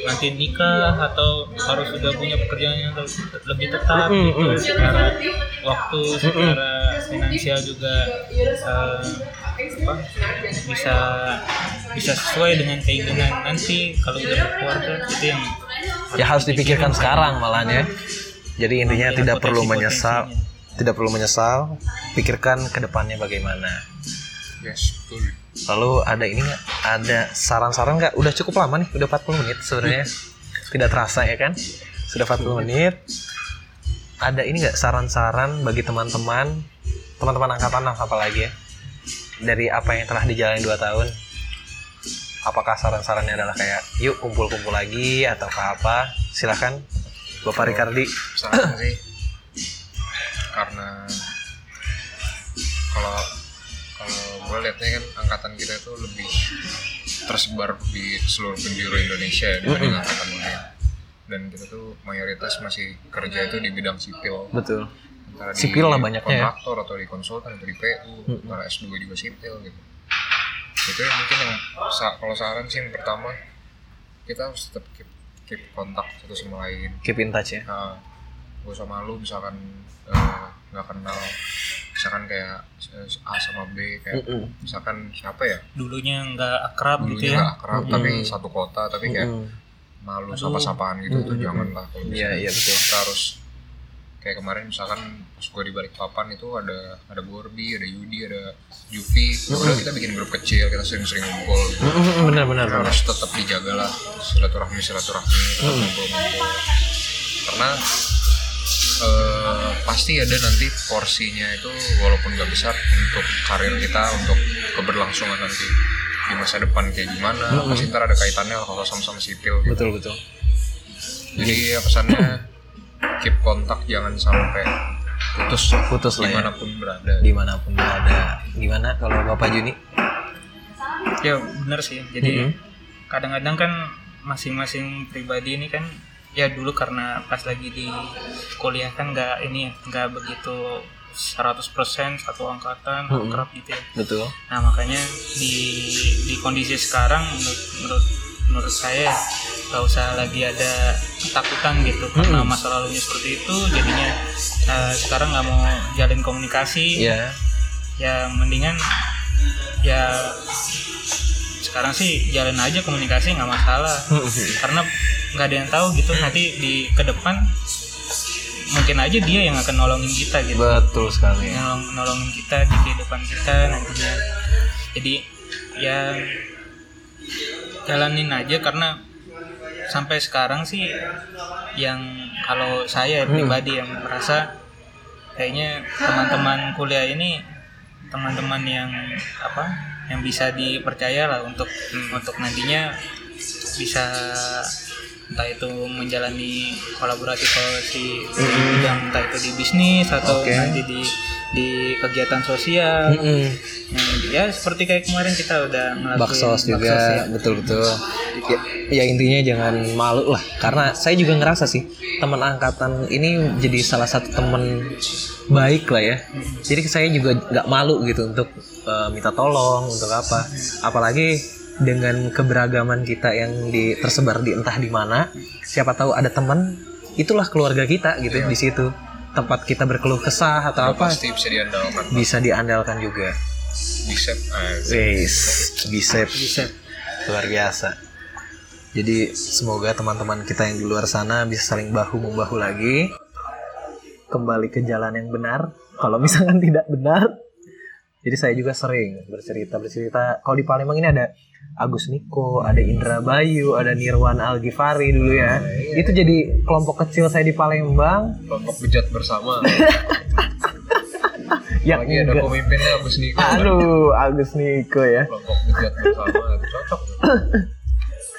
Speaker 3: nanti nikah atau harus sudah punya pekerjaan yang le- lebih tetap
Speaker 1: Mm,
Speaker 3: gitu,
Speaker 1: mm.
Speaker 3: secara waktu secara finansial juga eh, apa, bisa bisa sesuai dengan keinginan nanti kalau udah berkeluarga itu yang
Speaker 1: ya harus dipikirkan sekarang malahan ya jadi intinya
Speaker 3: Iya,
Speaker 1: tidak perlu
Speaker 3: potensi-potensinya.
Speaker 1: menyesal tidak perlu menyesal pikirkan kedepannya bagaimana
Speaker 2: Yes, betul.
Speaker 1: Lalu ada ini nggak? Ada saran-saran nggak? Udah cukup lama nih, udah 40 menit sebenarnya. Tidak terasa ya kan? Sudah 40 menit. Ada ini nggak saran-saran bagi teman-teman, teman-teman angkatan lah apalagi ya? Dari apa yang telah dijalani 2 tahun? Apakah saran-sarannya adalah kayak yuk kumpul-kumpul lagi atau apa? Silahkan Bapak Ricardi.
Speaker 2: Saran *coughs* sih karena kalau kalau gue liatnya kan angkatan kita tuh lebih tersebar di seluruh penjuru Indonesia ya, dibanding angkatan lain dan kita tuh mayoritas masih kerja itu di bidang sipil
Speaker 1: Betul.
Speaker 2: antara di
Speaker 1: Sipil lah banyaknya ya. Hmm.
Speaker 2: kontraktor atau di konsultan atau di PU antara S2 juga sipil gitu itu yang mungkin yang sa- kalau saran sih yang pertama kita harus tetap keep, keep kontak satu sama lain
Speaker 1: Keep in touch ya.
Speaker 2: nah, gue sama lu misalkan eh, nggak kenal misalkan kayak eh, A sama B kayak
Speaker 1: Mm-mm.
Speaker 2: misalkan siapa ya
Speaker 3: dulunya nggak akrab gitu
Speaker 2: dulunya
Speaker 3: ya
Speaker 2: nggak akrab tapi
Speaker 1: Mm-mm.
Speaker 2: satu kota tapi kayak
Speaker 1: Mm-mm.
Speaker 2: malu sapa-sapaan gitu tuh
Speaker 1: Mm-mm.
Speaker 2: jangan lah kalau bisa.
Speaker 1: Iya, iya, betul.
Speaker 2: Kita harus kayak kemarin misalkan pas gue di balik papan itu ada ada Gorbi, ada Yudi, ada Juvi. Udah kita bikin grup kecil, kita sering-sering ngumpul. Gitu.
Speaker 1: Mm-mm, Benar, benar,
Speaker 2: Kita
Speaker 1: benar.
Speaker 2: harus tetap dijaga lah silaturahmi silaturahmi tetap ngumpul-ngumpul. Karena eh, pasti ada nanti porsinya itu walaupun gak besar untuk karir kita untuk keberlangsungan nanti di masa depan kayak gimana pasti ntar ada kaitannya lah kalau sama-sama sipil gitu.
Speaker 1: Betul, betul.
Speaker 2: Jadi ya pesannya keep kontak jangan sampai putus
Speaker 1: Putus lah ya.
Speaker 2: dimanapun berada.
Speaker 1: dimanapun berada gimana kalau bapak Juni
Speaker 3: ya bener sih jadi
Speaker 1: Mm-hmm.
Speaker 3: kadang-kadang kan masing-masing pribadi ini kan ya dulu karena pas lagi di kuliah kan nggak ini ya nggak begitu 100% satu angkatan
Speaker 1: Mm-mm.
Speaker 3: akrab gitu ya
Speaker 1: betul
Speaker 3: nah makanya di di kondisi sekarang menurut menurut, menurut saya nggak usah lagi ada ketakutan gitu karena
Speaker 1: Mm-mm.
Speaker 3: masa lalunya seperti itu jadinya eh, sekarang nggak mau jalin komunikasi
Speaker 1: ya
Speaker 3: ya mendingan ya sekarang sih jalan aja komunikasi nggak masalah karena nggak ada yang tahu gitu nanti di ke depan mungkin aja dia yang akan nolongin kita gitu
Speaker 1: betul sekali
Speaker 3: nolong nolongin kita di kehidupan kita nantinya jadi ya jalanin aja karena sampai sekarang sih yang kalau saya pribadi yang merasa kayaknya teman-teman kuliah ini teman-teman yang apa yang bisa dipercaya lah untuk untuk nantinya bisa entah itu menjalani kolaborasi kolaborasi di bidang entah itu di bisnis atau
Speaker 1: Oke.
Speaker 3: nanti di di kegiatan sosial
Speaker 1: Hmm.
Speaker 3: Nah, ya seperti kayak kemarin kita udah ngelakuin
Speaker 1: baksos juga
Speaker 3: baksos ya.
Speaker 1: betul betul ya, ya intinya jangan malu lah karena saya juga ngerasa sih teman angkatan ini jadi salah satu teman baik lah ya jadi saya juga nggak malu gitu untuk eh, minta tolong untuk apa apalagi dengan keberagaman kita yang di, tersebar di entah di mana siapa tahu ada teman itulah keluarga kita
Speaker 3: Iya.
Speaker 1: gitu di situ tempat kita berkeluh kesah atau
Speaker 2: Udah
Speaker 1: apa
Speaker 2: pasti bisa diandalkan.
Speaker 1: bisa diandalkan juga
Speaker 2: Bisa eh,
Speaker 1: Wis, bisep
Speaker 3: bisa
Speaker 1: luar biasa. Jadi semoga teman-teman kita yang di luar sana bisa saling bahu membahu lagi, kembali ke jalan yang benar. Kalau misalkan *laughs* tidak benar, jadi saya juga sering bercerita bercerita. Kalau di Palembang ini ada Agus Niko, ada Indra Bayu, ada Nirwan Al Ghifari dulu ya. Itu jadi kelompok kecil saya di Palembang
Speaker 2: kelompok bejat
Speaker 1: *laughs*
Speaker 2: bersama.
Speaker 1: yang
Speaker 2: Lagi ada
Speaker 1: enggak-
Speaker 2: pemimpinnya Agus Niko.
Speaker 1: Aduh, Agus Niko ya.
Speaker 2: Kelompok bejat bersama cocok.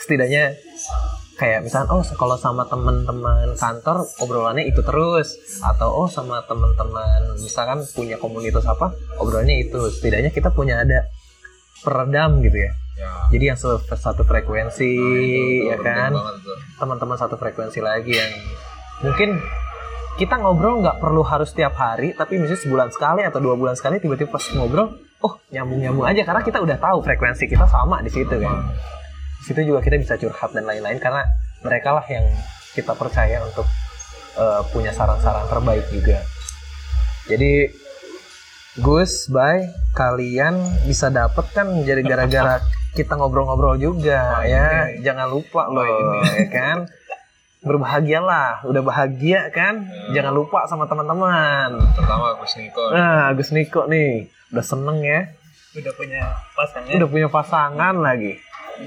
Speaker 1: setidaknya kayak misalkan oh kalau sama teman-teman kantor obrolannya itu terus atau oh sama teman-teman misalkan punya komunitas apa obrolannya itu setidaknya kita punya ada peredam gitu ya
Speaker 2: Ya.
Speaker 1: jadi yang se- satu frekuensi
Speaker 2: Nah, itu
Speaker 1: ya
Speaker 2: penting
Speaker 1: kan
Speaker 2: banget tuh.
Speaker 1: teman-teman satu frekuensi lagi yang mungkin kita ngobrol nggak perlu harus tiap hari tapi misalnya sebulan sekali atau dua bulan sekali tiba-tiba pas ngobrol oh nyambung nyambung aja karena kita udah tahu frekuensi kita sama di situ kan di situ juga kita bisa curhat dan lain-lain karena mereka lah yang kita percaya untuk eh, punya saran-saran terbaik juga jadi Gus, Bay, kalian bisa dapet kan jadi
Speaker 2: *laughs* iya.
Speaker 1: gara-gara kita ngobrol-ngobrol juga ya. Jangan lupa loh, ya kan? berbahagialah, udah bahagia kan? Jangan lupa sama teman-teman.
Speaker 2: terutama Agus Niko
Speaker 1: Nah, Agus Niko nih udah seneng ya,
Speaker 3: udah punya pasangan
Speaker 1: udah punya pasangan lagi.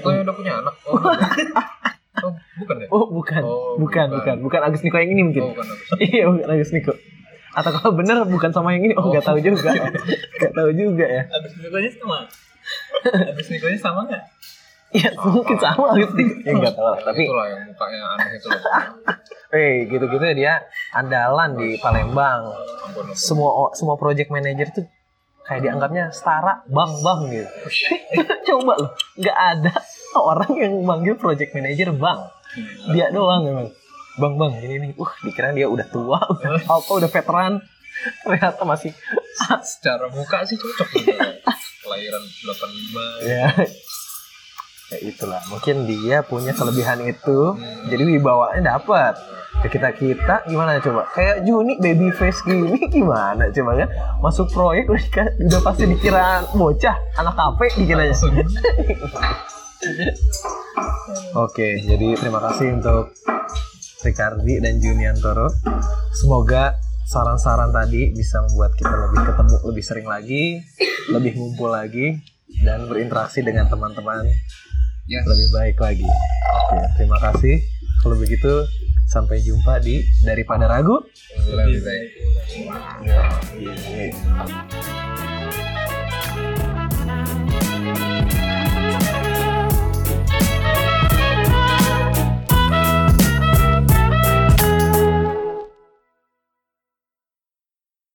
Speaker 2: bukannya udah punya anak oh, oh bukan
Speaker 1: *laughs*
Speaker 2: ya
Speaker 1: Oh, bukan,
Speaker 2: Oh,
Speaker 1: bukan, bukan,
Speaker 2: bukan.
Speaker 1: bukan Agus Niko yang ini mungkin.
Speaker 2: oh bukan Agus
Speaker 1: Iya, bukan Agus Niko. Atau kalau bener bukan sama yang ini, oh nggak tahu juga, nggak tahu juga ya.
Speaker 3: abis nikonya sama *laughs* abis nikonya sama nggak
Speaker 1: Iya, mungkin sama Agus Niko. Ya, nggak tahu lah,
Speaker 2: Yang
Speaker 1: tapi
Speaker 2: itulah yang mukanya aneh itu loh
Speaker 1: eh gitu-gitu dia andalan di Palembang.
Speaker 2: ampun ampun.
Speaker 1: Semua semua project manager tuh kayak dianggapnya setara bang-bang gitu. *laughs* Coba loh, nggak ada orang yang manggil project manager bang. Dia doang memang. Bang bang ini nih, uh dikira dia udah *laughs* tua, udah apa udah veteran, ternyata masih
Speaker 2: secara muka sih cocok
Speaker 1: *laughs*
Speaker 2: gitu kelahiran 85
Speaker 1: ya. *laughs* Ya itulah, mungkin dia punya kelebihan itu,
Speaker 2: Hmm.
Speaker 1: jadi wibawanya dapat. Ke kita kita gimana coba? Kayak Juni baby face gini *laughs* gimana coba kan? Masuk proyek udah, dika- udah pasti dikira bocah, anak ya, kafe dikiranya.
Speaker 2: langsung
Speaker 1: *laughs* Oke, jadi terima kasih untuk Ricardi dan Juniantoro. Semoga saran-saran tadi bisa membuat kita lebih ketemu lebih sering lagi, lebih ngumpul lagi, dan berinteraksi dengan teman-teman
Speaker 2: ya
Speaker 1: lebih baik lagi. Oke, terima kasih. Kalau begitu, sampai jumpa di Daripada Ragu.
Speaker 2: lebih baik
Speaker 1: Iya.